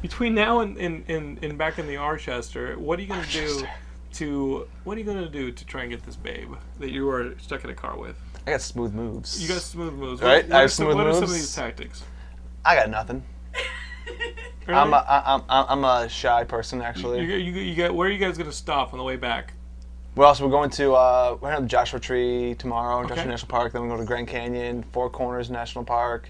S2: between now and, and, and, and back in the Archester? What are you going to do to what are you going to do to try and get this babe that you are stuck in a car with?
S7: I got smooth moves.
S2: You got smooth moves.
S7: Right,
S2: What, what
S7: I
S2: are
S7: have
S2: some,
S7: smooth
S2: what are some of
S7: moves.
S2: these tactics?
S7: I got nothing. I'm a, I, I'm, I'm I'm a shy person actually.
S2: You, you, you got, where are you guys going to stop on the way back?
S7: What else? We're going to uh, we're going to Joshua Tree tomorrow in
S2: Okay.
S7: Joshua National Park. Then we go to Grand Canyon, Four Corners National Park,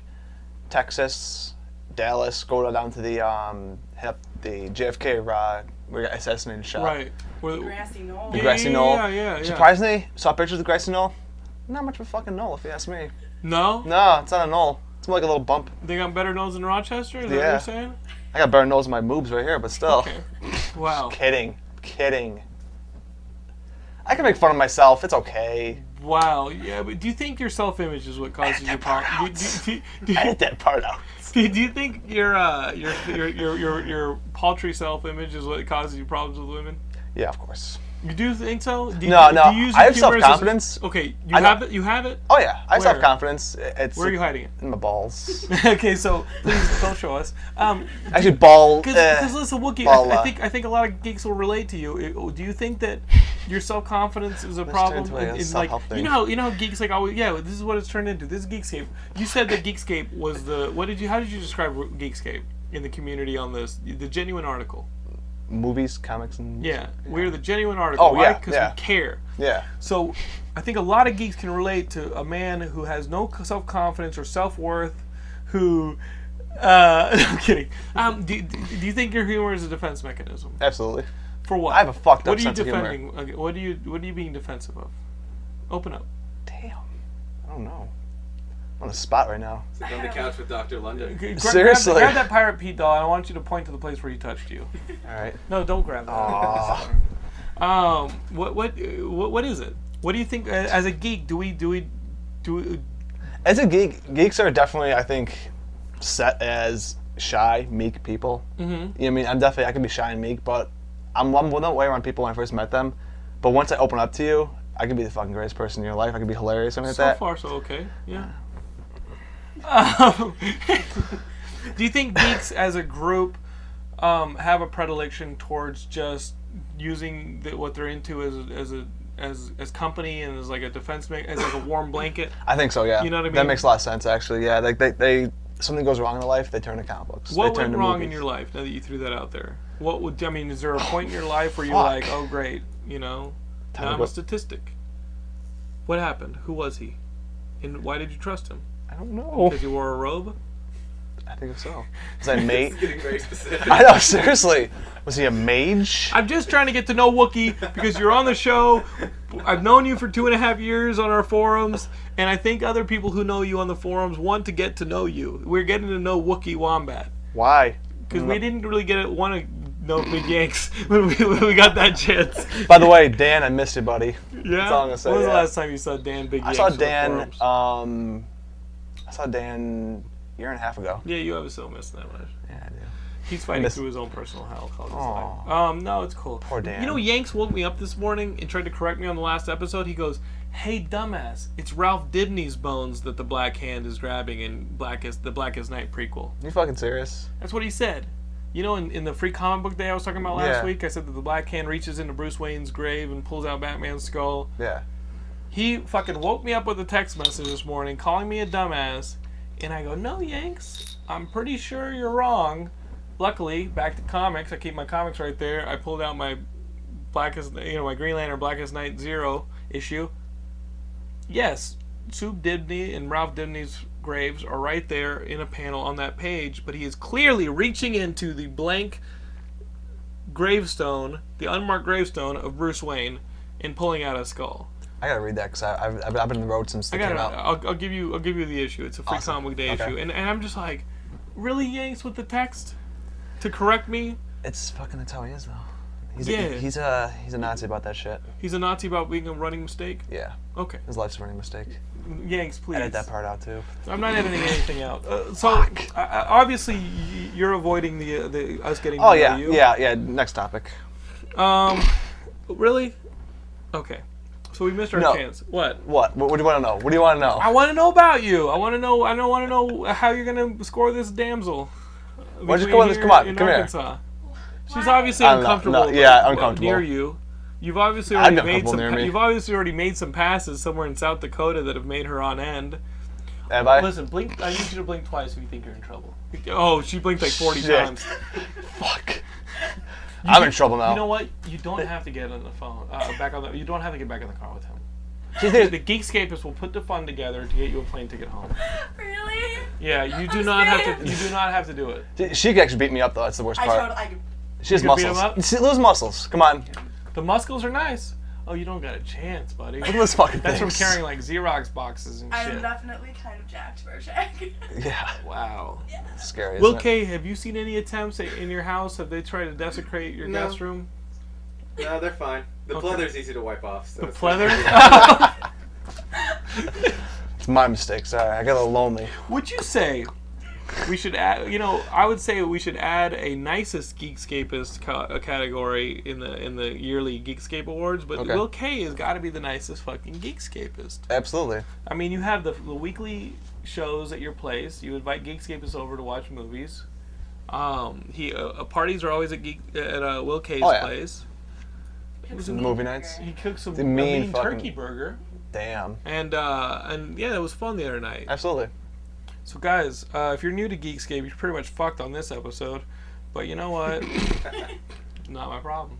S7: Texas, Dallas. Go down to the um, hit up the JFK rod. uh, We got assassinated shot.
S2: Right. Where,
S4: Grassy knoll.
S2: Yeah.
S7: Grassy knoll.
S2: yeah, yeah, yeah.
S7: Surprisingly, saw pictures of the Grassy knoll. Not much of a fucking knoll, if you ask me.
S2: no?
S7: No, it's not a knoll. It's more like a little bump.
S2: They got better nose in Rochester? Is that what
S7: Yeah.
S2: you're saying?
S7: I got better knolls in my boobs right here, but still.
S2: Wow.
S7: Kidding, kidding. I can make fun of myself. It's okay.
S2: Wow. Yeah, but do you think your self image is what causes your problem? Do, do, do, do,
S7: Edit that part out.
S2: do, do you think your, uh, your, your, your, your, your paltry self image is what causes you problems with women?
S7: Yeah, of course.
S2: You do think so? Do,
S7: No,
S2: do
S7: no,
S2: you use
S7: I
S2: your
S7: have
S2: humor as a-
S7: self-confidence.
S2: Okay, you
S7: I know-
S2: have it. You have it.
S7: Oh yeah, I have
S2: Where?
S7: self confidence. It's
S2: Where are you hiding it?
S7: in my balls.
S2: okay, so please don't show us. Um,
S7: Actually, ball. eh,
S2: Because listen, Wookie,
S7: Well,
S2: I, I
S7: uh,
S2: think I think a lot of geeks will relate to you. It- oh, Do you think that your self confidence is a problem?
S7: into a
S2: in- in, like,
S7: self-help
S2: you
S7: thing.
S2: know, how, you know, how geeks like always. Yeah, this is what it's turned into. This is Geekscape. You said that Geekscape was the. What did you? How did you describe Geekscape in the community on this? The genuine article.
S7: movies, comics, and
S2: Yeah, we're the genuine article.
S7: Oh,
S2: Why?
S7: yeah,
S2: Because
S7: yeah.
S2: we care.
S7: yeah.
S2: So, I think a lot of geeks can relate to a man who has no self confidence or self worth, who. Uh, I'm kidding. Um, do, do do you think your humor is a defense mechanism?
S7: Absolutely.
S2: For what?
S7: I have a fucked up
S2: What are you
S7: sense of humor.
S2: defending? Okay, what are you What are you being defensive of? Open up.
S7: Damn. I don't know. I'm on a spot right now.
S5: Sit on the couch with Dr. London.
S2: Gra- grab-
S7: Seriously?
S2: grab, that pirate Pete doll. and I want you to point to the place where he touched you.
S7: All right.
S2: No, don't grab that. um, what what uh, what what is it? What do you think uh, as a geek? Do we do we do? We,
S7: As a geek, geeks are definitely, I think, set as shy, meek people. Mm-hmm. You know what I mean? I'm definitely I can be shy and meek, but I'm I'm that way around people when I first met them. But once I open up to you, I can be the fucking greatest person in your life. I can be hilarious, something
S2: So
S7: like that.
S2: far, so okay. Yeah. Um, do you think geeks as a group um, have a predilection towards just using the, what they're into as a, as a as, as company and as like a defense me- as like a warm blanket?
S7: I think so, yeah.
S2: You know what I mean?
S7: That makes a lot of sense actually. Yeah, like they, they something goes wrong in their life, they turn to comic books.
S2: What
S7: they turn
S2: went
S7: to
S2: wrong
S7: movies.
S2: in your life? Now that you threw that out there, what would I mean? Is there a point in your life where you're
S7: Fuck.
S2: like, oh great, you know,
S7: Time
S2: now
S7: to
S2: I'm
S7: go-
S2: a statistic? What happened? Who was he? And why did you trust him?
S7: I don't know.
S2: Because he wore a robe?
S7: I think so. Was I a mate?
S5: Getting very specific.
S7: I know, seriously. Was he a mage?
S2: I'm just trying to get to know Wookie because you're on the show. I've known you for two and a half years on our forums, and I think other people who know you on the forums want to get to know you. We're getting to know Wookie Wombat
S7: Why?
S2: because
S7: Mm.
S2: we didn't really get want to know Big Yanks when we, when we got that chance.
S7: By the way, Dan, I missed you, buddy.
S2: Yeah.
S7: all I'm gonna say,
S2: when was the
S7: yeah.
S2: last time you saw Dan Big
S7: I
S2: Yanks
S7: saw
S2: on the
S7: Dan.
S2: forums?
S7: Um, I saw Dan a year and a half ago.
S2: yeah, you have so missed that much.
S7: Yeah, I do.
S2: He's fighting
S7: Miss-
S2: through his own personal hell all his
S7: Aw.
S2: life. Um, no, it's cool. Poor
S7: Dan.
S2: You know, Yanks woke me up this morning and tried to correct me on the last episode. He goes, "Hey, dumbass, it's Ralph Dibney's bones that the Black Hand is grabbing in Blackest the Blackest Night prequel."
S7: You fucking serious?
S2: That's what he said. You know, in, in the free comic book day I was talking about last
S7: Yeah.
S2: week, I said that the Black Hand reaches into Bruce Wayne's grave and pulls out Batman's skull.
S7: Yeah.
S2: He fucking woke me up with a text message this morning calling me a dumbass, and I go, No, Yanks, I'm pretty sure you're wrong. Luckily, back to comics, I keep my comics right there. I pulled out my Blackest, you know, my Green Lantern Blackest Night Zero issue. Yes, Sue Dibney and Ralph Dibney's graves are right there in a panel on that page, but he is clearly reaching into the blank gravestone, the unmarked gravestone of Bruce Wayne, and pulling out a skull.
S7: I gotta read that because I've, I've, I've been on the road since
S2: I uh,
S7: it
S2: got
S7: came
S2: it.
S7: out.
S2: I'll, I'll give you. I'll give you the issue. It's a free
S7: Awesome.
S2: comic book day
S7: Okay.
S2: issue, and, and I'm just like, really yanks with the text to correct me.
S7: It's fucking that's how he is though. He's
S2: Yeah.
S7: a, he's a he's a Nazi about that shit.
S2: He's a Nazi about being a running mistake.
S7: Yeah.
S2: Okay,
S7: His life's a running mistake.
S2: yanks, please.
S7: Edit that part out too.
S2: I'm not editing anything out. Uh, so I, I- obviously y- you're avoiding the uh, the us getting. to
S7: Oh
S2: know
S7: yeah,
S2: you. Um,
S7: yeah, yeah. Next topic.
S2: Really? Okay. So we missed our
S7: No.
S2: chance. What?
S7: What? What, what do you want to know? What do you want to know?
S2: I want to know about you. I want to know. I don't want to know how you're gonna score this damsel.
S7: Why don't you come on? Come on,
S2: in
S7: come here.
S2: Arkansas. She's obviously
S7: I don't know.
S2: uncomfortable.
S7: No, yeah,
S2: uh,
S7: uncomfortable.
S2: near you. You've obviously
S7: I'd
S2: already
S7: be
S2: made
S7: uncomfortable
S2: some.
S7: near
S2: pa-
S7: me.
S2: you've obviously already made some passes somewhere in South Dakota that have made her on end.
S7: Have I?
S2: Listen, blink. I need you to blink twice if you think you're in trouble. Oh, she blinked like 40
S7: Shit.
S2: times.
S7: Fuck. I'm in trouble now.
S2: You know what? You don't have to get on the phone. Uh, back on the. You don't have to get back in the car with him.
S7: See, the thing
S2: The
S7: is-
S2: Geekscapists will put the fund together to get you a plane ticket home.
S4: Really?
S2: Yeah, you do
S4: I'm
S2: not have to.
S4: serious.
S2: You do not have to do it.
S7: she- she could actually beat me up though. That's the worst
S4: I
S7: part.
S4: told I
S7: she has
S2: You could beat him
S7: muscles.
S2: up?
S7: She lose muscles. Come on.
S2: The muscles are nice. Oh, you don't got a chance, buddy.
S7: Those fucking
S2: That's from
S7: things.
S2: carrying like Xerox boxes and
S4: I am
S2: shit.
S4: definitely kind of jacked for a check.
S7: Yeah.
S2: Wow.
S7: It's scary.
S2: Will
S7: isn't it?
S2: Kay, have you seen any attempts at, in your house? Have they tried to desecrate your
S5: No.
S2: guest room?
S5: No, they're fine. The
S2: Okay.
S5: pleather's easy to wipe off. So it's not-
S2: Pleather?
S7: It's my mistake. Sorry. I got a little lonely.
S2: would you say we should add? You know, I would say we should add a nicest Geekscapist ca- uh, category in the in the yearly Geekscape awards. But
S7: Okay.
S2: Will Kay has got to be the nicest fucking Geekscapist.
S7: Absolutely.
S2: I mean, you have the, the weekly shows at your place. You invite Geekscapists over to watch movies. Um, he uh, uh, parties are always at Geek at uh, Will K's
S7: Oh, yeah.
S2: place.
S7: Movie nights.
S2: He cooked some
S7: The
S2: a
S7: mean
S2: mean
S7: fucking-
S2: turkey burger,
S7: Damn.
S2: and uh, and yeah, that was fun the other night.
S7: Absolutely.
S2: So guys, uh, if you're new to Geekscape, you're pretty much fucked on this episode. But you know what? Not my problem.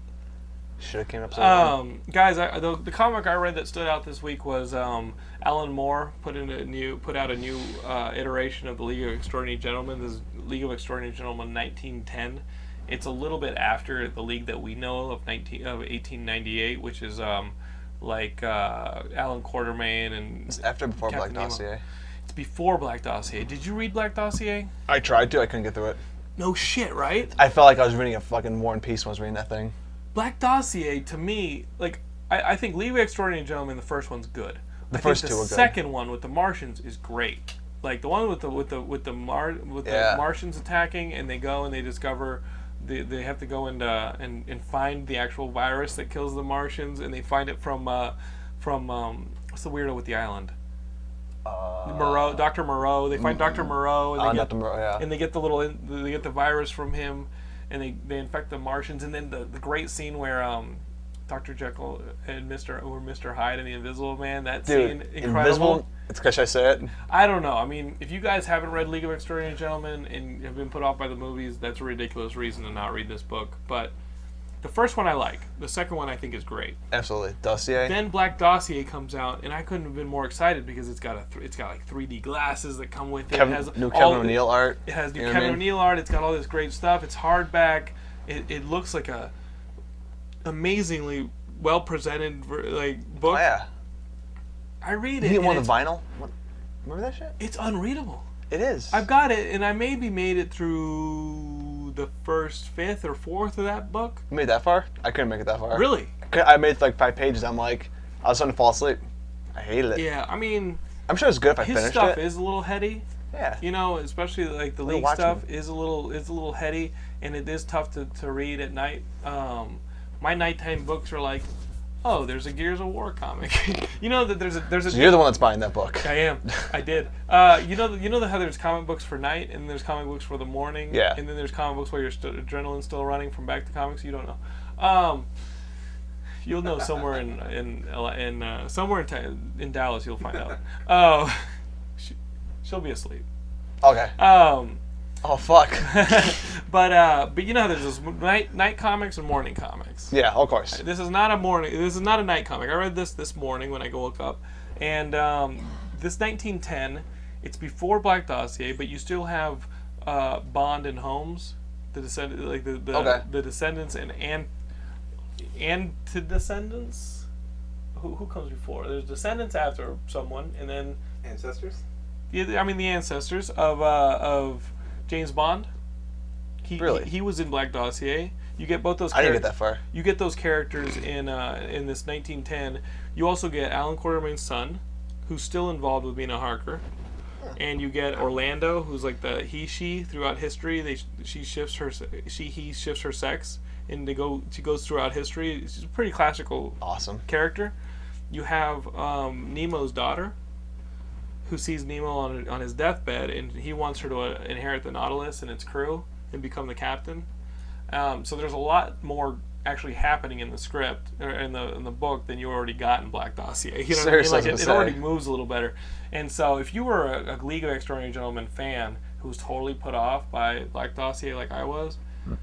S7: Should have came up. so early.
S2: Um, guys, I, the, the comic I read that stood out this week was um, Alan Moore put in a new put out a new uh, iteration of the League of Extraordinary Gentlemen. This is League of Extraordinary Gentlemen 1910. It's a little bit after the league that we know of 19 of 1898, which is um, like uh, Alan Quartermain and
S7: It's after before
S2: Captain
S7: Black
S2: Nemo.
S7: Dossier.
S2: it's before Black Dossier. Did you read Black Dossier?
S7: I tried to. I couldn't get through it.
S2: No shit, right?
S7: I felt like I was reading a fucking War and Peace when I was reading that thing.
S2: Black Dossier to me, like I, I think League of Extraordinary Gentlemen, the first one's good. The I
S7: first
S2: think
S7: two
S2: the
S7: are good.
S2: second one with the Martians is great. like the one with the with the with the Mar with
S7: Yeah.
S2: the Martians attacking, and they go and they discover. They, they have to go and, uh, and and find the actual virus that kills the Martians, and they find it from uh, from um, what's the weirdo with the island? Uh, Moreau, Doctor Moreau. They find Doctor Moreau, and they
S7: Ah,
S2: get
S7: Dr. Moreau, yeah.
S2: and they get the little they get the virus from him, and they, they infect the Martians, and then the, the great scene where um, Doctor Jekyll and Mister or Mister Hyde and the Invisible Man. That
S7: Dude,
S2: scene incredible.
S7: invisible. It's because I say it.
S2: I don't know. I mean, if you guys haven't read League of Extraordinary Gentlemen and have been put off by the movies, that's a ridiculous reason to not read this book. But the first one I like. The second one I think is great.
S7: Absolutely. Dossier.
S2: Then Black Dossier comes out, and I couldn't have been more excited because it's got a th- it's got like 3D glasses that come with it.
S7: Kevin,
S2: it has
S7: new
S2: all
S7: Kevin
S2: the-
S7: O'Neill art.
S2: It has new
S7: you know what I
S2: Kevin
S7: mean?
S2: O'Neill art. It's got all this great stuff. It's hardback. It, it looks like a amazingly well presented like book.
S7: Oh, yeah.
S2: I read it.
S7: You get
S2: and
S7: one of
S2: it's,
S7: the vinyl. What? Remember that shit?
S2: it's unreadable.
S7: It is.
S2: I've got it, and I maybe made it through the first fifth or fourth of that book.
S7: You made it that far? I couldn't make it that far.
S2: Really?
S7: I cou- I made like five pages. I'm like, I was starting to fall asleep. I hated it.
S2: Yeah. I mean,
S7: I'm sure it's good if I
S2: his
S7: finished
S2: stuff
S7: it.
S2: is a little heady.
S7: yeah.
S2: You know, especially like the
S7: We're
S2: league
S7: watching
S2: stuff
S7: it.
S2: is a little is a little heady, and it is tough to, to read at night. Um, my nighttime books are like, oh, there's a Gears of War comic. you know that there's a there's a
S7: So you're the one that's buying that book.
S2: I am. I did. Uh, you know, you know the, how there's comic books for night, and there's comic books for the morning.
S7: Yeah.
S2: And then there's comic books where your st- adrenaline's still running from back to comics. You don't know. Um, you'll know somewhere in in L- in uh, somewhere in, t- in Dallas. You'll find out. Oh, she, she'll be asleep.
S7: Okay.
S2: Um,
S7: oh fuck.
S2: but uh, but you know how there's this night night comics and morning comics.
S7: yeah, of course.
S2: This is not a morning. This is not a night comic. I read this this morning when I woke up, and um, this 1910. It's before Black Dossier, but you still have uh, Bond and Holmes, the descend like the the,
S7: Okay.
S2: the descendants and and and to descendants. Who, who comes before? There's descendants after someone, and then
S5: Ancestors?
S2: yeah, I mean the ancestors of uh, of James Bond. He,
S7: Really?
S2: he, he was in Black Dossier. You get both those.
S7: I didn't get
S2: characters-
S7: that far.
S2: you get those characters in uh, in this 1910. You also get Alan Quartermain's son, who's still involved with Mina Harker, and you get Orlando, who's like the he she throughout history. They she shifts her se- she he shifts her sex, and they go she goes throughout history. She's a pretty classical
S7: Awesome.
S2: character. You have um, Nemo's daughter, who sees Nemo on on his deathbed, and he wants her to uh, inherit the Nautilus and its crew and become the captain. Um, so there's a lot more actually happening in the script or in the in the book than you already got in Black Dossier. You know
S7: Seriously, I
S2: what I mean? Like,
S7: was
S2: it, it
S7: gonna
S2: already
S7: say.
S2: moves a little better. And so if you were a, a League of Extraordinary Gentlemen fan who was totally put off by Black Dossier like I was.
S7: Hmm.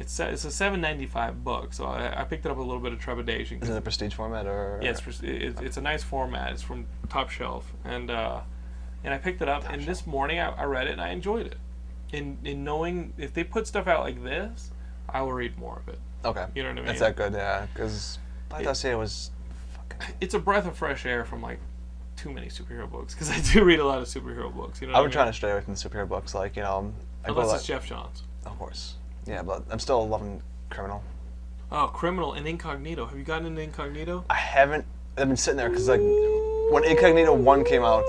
S2: It's, a- it's a 795 book, so I, I picked it up with a little bit of trepidation. 'cause
S7: Is it a prestige format or?
S2: yeah, it's, pres- it- it's a nice format. It's from Top Shelf, and uh, and I picked it up. and this morning I, I read it and I enjoyed it. In in knowing if they put stuff out like this, I will read more of it.
S7: Okay.
S2: You know what I mean?
S7: It's that good, yeah. Because Black Dossier was. Fucking,
S2: It's a breath of fresh air from like too many superhero books because I do read a lot of superhero books. You know,
S7: I've been trying to stray away from the superhero books, like you know. um, I go
S2: unless
S7: like,
S2: it's Jeff Johns.
S7: Of course. Yeah, but I'm still loving Criminal.
S2: Oh, Criminal and Incognito. Have you gotten into Incognito?
S7: I haven't. I've been sitting there because like when Incognito One came out,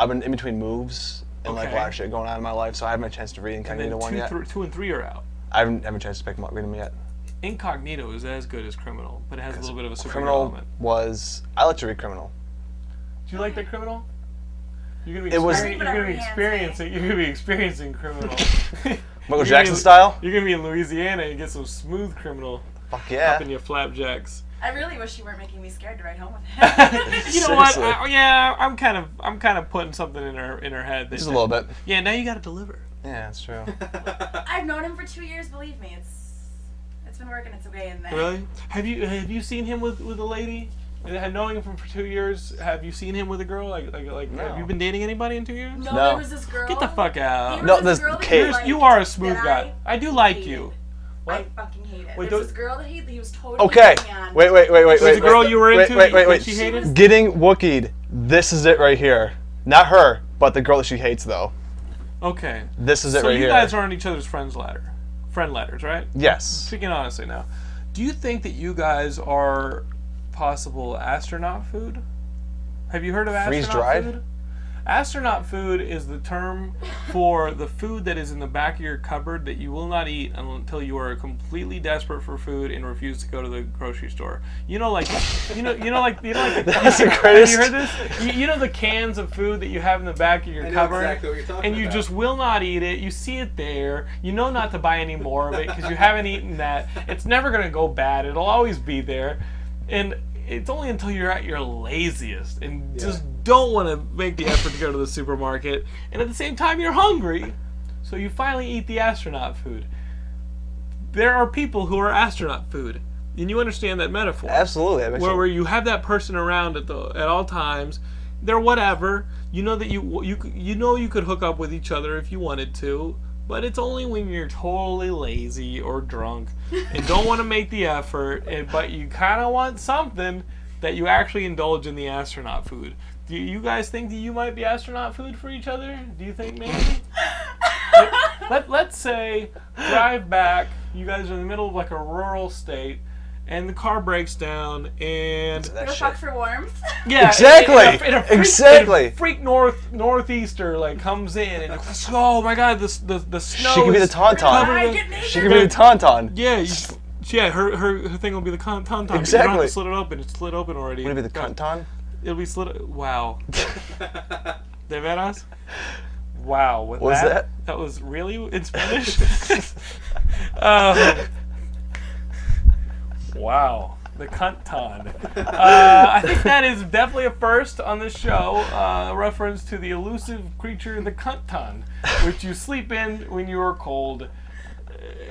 S7: I've been in between moves and like a lot of
S2: Okay.
S7: shit going on in my life, so I haven't had a chance to read
S2: And then
S7: Incognito
S2: two,
S7: One yet.
S2: thr- two and three are out.
S7: I haven't haven't had a chance to pick them up, read them yet.
S2: Incognito is as good as Criminal, but it has a little bit of a superhero
S7: Criminal
S2: element.
S7: was. I like to read Criminal.
S2: Do you like that criminal? You're gonna be
S7: It was-
S2: experiencing. You're gonna be experiencing. You're gonna be experiencing criminal. You're gonna
S7: Michael
S2: be
S7: Jackson
S2: in-
S7: style.
S2: You're gonna be in Louisiana and get some smooth criminal
S7: Fuck yeah.
S2: up in your flapjacks.
S4: I really wish you weren't making me scared to ride home with him.
S2: You know what?
S7: Seriously.
S2: I, yeah, I'm kind of, I'm kind of putting something in her, in her head. That,
S7: Just a little bit.
S2: Yeah, now you gotta deliver.
S7: Yeah, that's true.
S4: I've known him for two years. Believe me, it's it's been working its way in there.
S2: Really? Have you, have you seen him with, with a lady? And Knowing him from for two years, have you seen him with a girl? Like, like, like, have
S7: No.
S2: you been dating anybody in two years?
S4: No,
S7: No.
S4: there was this girl.
S2: Get the fuck out.
S7: No,
S4: this
S7: this
S4: girl that he
S7: Kate.
S2: You're-
S4: liked
S2: you are a smooth
S4: that
S2: guy. I, do like you.
S4: I
S2: What?
S4: fucking hate it.
S2: Wait,
S4: There's
S2: don't-
S4: this girl that he, he was totally
S7: Okay.
S4: hitting on.
S7: Wait, wait, wait, wait,
S2: was
S7: wait.
S2: a girl
S7: wait,
S2: you were
S7: wait,
S2: into
S7: Wait,
S2: that
S7: wait, wait.
S2: she hated?
S7: Getting Wookied. This is it right here. Not her, but the girl that she hates though.
S2: Okay.
S7: This is it
S2: so
S7: right
S2: you
S7: here.
S2: guys are on each other's friends ladder, friend ladders, right?
S7: yes.
S2: Speaking honestly now, do you think that you guys are possible astronaut food? Have you heard of astronaut
S7: Freeze-dried?
S2: food? Astronaut food is the term for the food that is in the back of your cupboard that you will not eat until you are completely desperate for food and refuse to go to the grocery store. You know, like you know, you know, like you know, like the,
S3: That's the
S2: Have you
S3: greatest-
S2: heard this? You, you know, the cans of food that you have in the back of your
S5: I know
S2: cupboard,
S5: exactly what you're talking
S2: and you
S5: about.
S2: just will not eat it. You see it there. You know not to buy any more of it because you haven't eaten that. It's never gonna go bad. It'll always be there, and it's only until you're at your laziest and just don't want to make the effort to go to the supermarket, and at the same time you're hungry, so you finally eat the astronaut food. There are people who are astronaut food, and you understand that metaphor
S7: Absolutely. That makes
S2: where,
S7: sense.
S2: where you have that person around at the at all times. They're whatever. You know that you you c- you know you could hook up with each other if you wanted to, but it's only when you're totally lazy or drunk and don't want to make the effort, and, but you kind of want something that you actually indulge in the astronaut food. Do you guys think that you might be astronaut food for each other? Do you think maybe? Let, let's say drive back. You guys are in the middle of like a rural state, and the car breaks down, and
S7: That
S4: Go
S7: shit.
S4: fuck for warmth.
S2: yeah,
S7: Exactly.
S2: in a- in a freak- in a
S7: Exactly.
S2: freak north northeaster like comes in and it's, oh my god, this the the snow.
S7: She could be the
S2: is
S7: tauntaun.
S2: covered
S4: I
S2: in-"
S4: get naked.
S7: She could be the tauntaun.
S2: Yeah, you, yeah. Her, her her thing will be the con- tauntaun. but You don't have
S7: Exactly.
S2: to slit it open. It's slit open already.
S7: Would it be the tauntaun?
S2: It'll be slit. Wow. De veras? Wow. What
S7: was
S2: that,
S7: that?
S2: was really in Spanish? um, wow. The cunton. Uh, I think that is definitely a first on this show. Uh, a reference to the elusive creature, the cunton, which you sleep in when you are cold.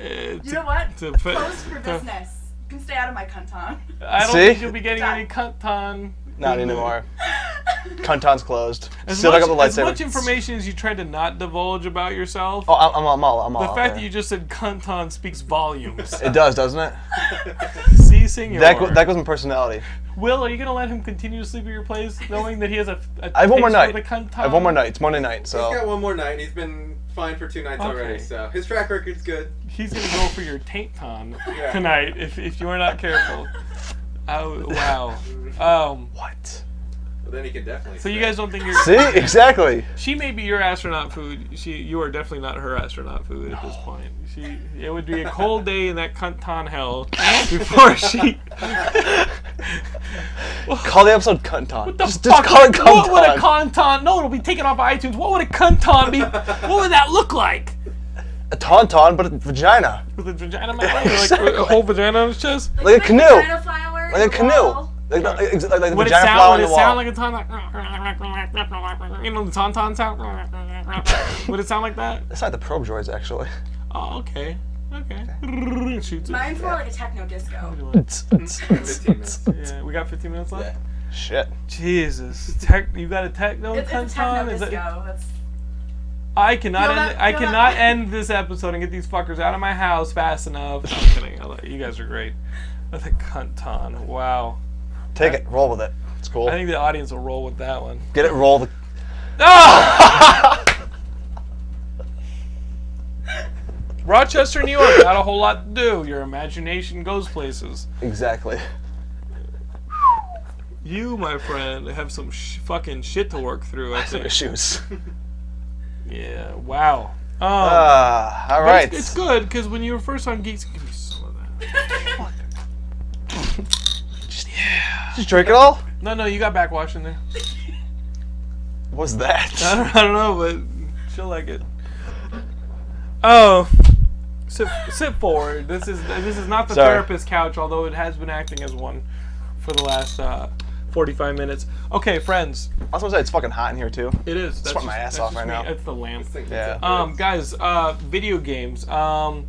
S4: You know what?
S2: To fit-
S4: Closed for business. You can stay out of my cunton.
S2: I don't
S7: See?
S2: think you'll be getting any cunton.
S7: Not anymore. Tauntaun's closed.
S2: As
S7: Still
S2: much,
S7: got the lightsaber.
S2: as much information as you tried to not divulge about yourself,
S7: Oh, I'm, I'm, I'm all. I'm all
S2: The
S7: out
S2: fact
S7: there.
S2: that you just said cunton speaks volumes.
S7: It does, doesn't it?
S2: See, senor.
S7: That, go, that goes with personality.
S2: Will, are you going to let him continue to sleep at your place knowing that he has a, a
S7: I have one more
S2: taste for
S7: night.
S2: the cunton?
S7: I have one more night. It's Monday night, so
S5: He's got one more night. He's been fine for two nights already,
S2: Okay.
S5: so his track record's good.
S2: He's going to go for your tainton tonight if, if you are not careful. Oh, wow. Um,
S7: what?
S5: But then he can definitely.
S2: so you guys don't think you're...
S7: See, exactly.
S2: She may be your astronaut food. She, You are definitely not her astronaut food at this point. She, it would be a cold day in that cunton hell before she...
S7: Call the episode "Cunton."
S2: the
S7: just, just
S2: fuck
S7: call it
S2: would-
S7: "Cunton."
S2: What would a conton? No, it'll be taken off of iTunes. What would a conton be? What would that look like?
S7: A tauntaun, but a vagina,
S2: With a vagina on my leg, or like a whole vagina on his chest.
S7: like a canoe,
S4: Vagina flower.
S7: like a
S4: in the
S7: canoe,
S4: wall.
S7: like, the- like, like, like the
S2: Would it
S7: vagina flower
S2: sound?
S7: on
S2: Would
S7: the
S2: it sound
S7: wall.
S2: like a ton? Like, you know the tauntaun sound. would it sound like that?
S7: That's not the probe droids, actually.
S2: Oh, okay. Okay. Shoots it.
S4: Mine's more like a techno disco.
S5: Fifteen minutes.
S2: Yeah, we got 15 minutes left.
S7: Shit.
S2: Jesus, tech, you got a techno
S4: It's, it's a
S2: conton?
S4: techno
S2: Is
S4: disco.
S2: it-
S4: That's
S2: I cannot
S4: Feel that-
S2: end, I
S4: feel that
S2: cannot
S4: way.
S2: end this episode and get these fuckers out of my house fast enough. No, I'm kidding. I like- you guys are great. That's a cunton. Wow.
S7: Take it. Roll with it. It's cool.
S2: I think the audience will roll with that one.
S7: Get it. Roll. The,
S2: Rochester, New York. Not a whole lot to do. Your imagination goes places.
S7: exactly.
S2: You, my friend, have some sh- fucking shit to work through. I think.
S7: Issues.
S2: Yeah. Wow. Um,
S7: Ah, all
S2: but
S7: right.
S2: It's, it's good because when you were first on Geeks, give me some of that.
S7: Did you drink it all?
S2: No, no, you got backwash in there.
S7: What was that?
S2: I don't, I don't know, but she'll like it. Oh, sit, sit forward. This is this is not the
S7: Sorry.
S2: therapist couch, although it has been acting as one for the last uh, 45 minutes. Okay, friends,
S7: I was gonna say it's fucking hot in here too.
S2: it is. That's
S7: Sweating my ass off right
S2: me.
S7: now.
S2: It's the lamp.
S7: Yeah.
S2: Um, guys, uh, video games. Um,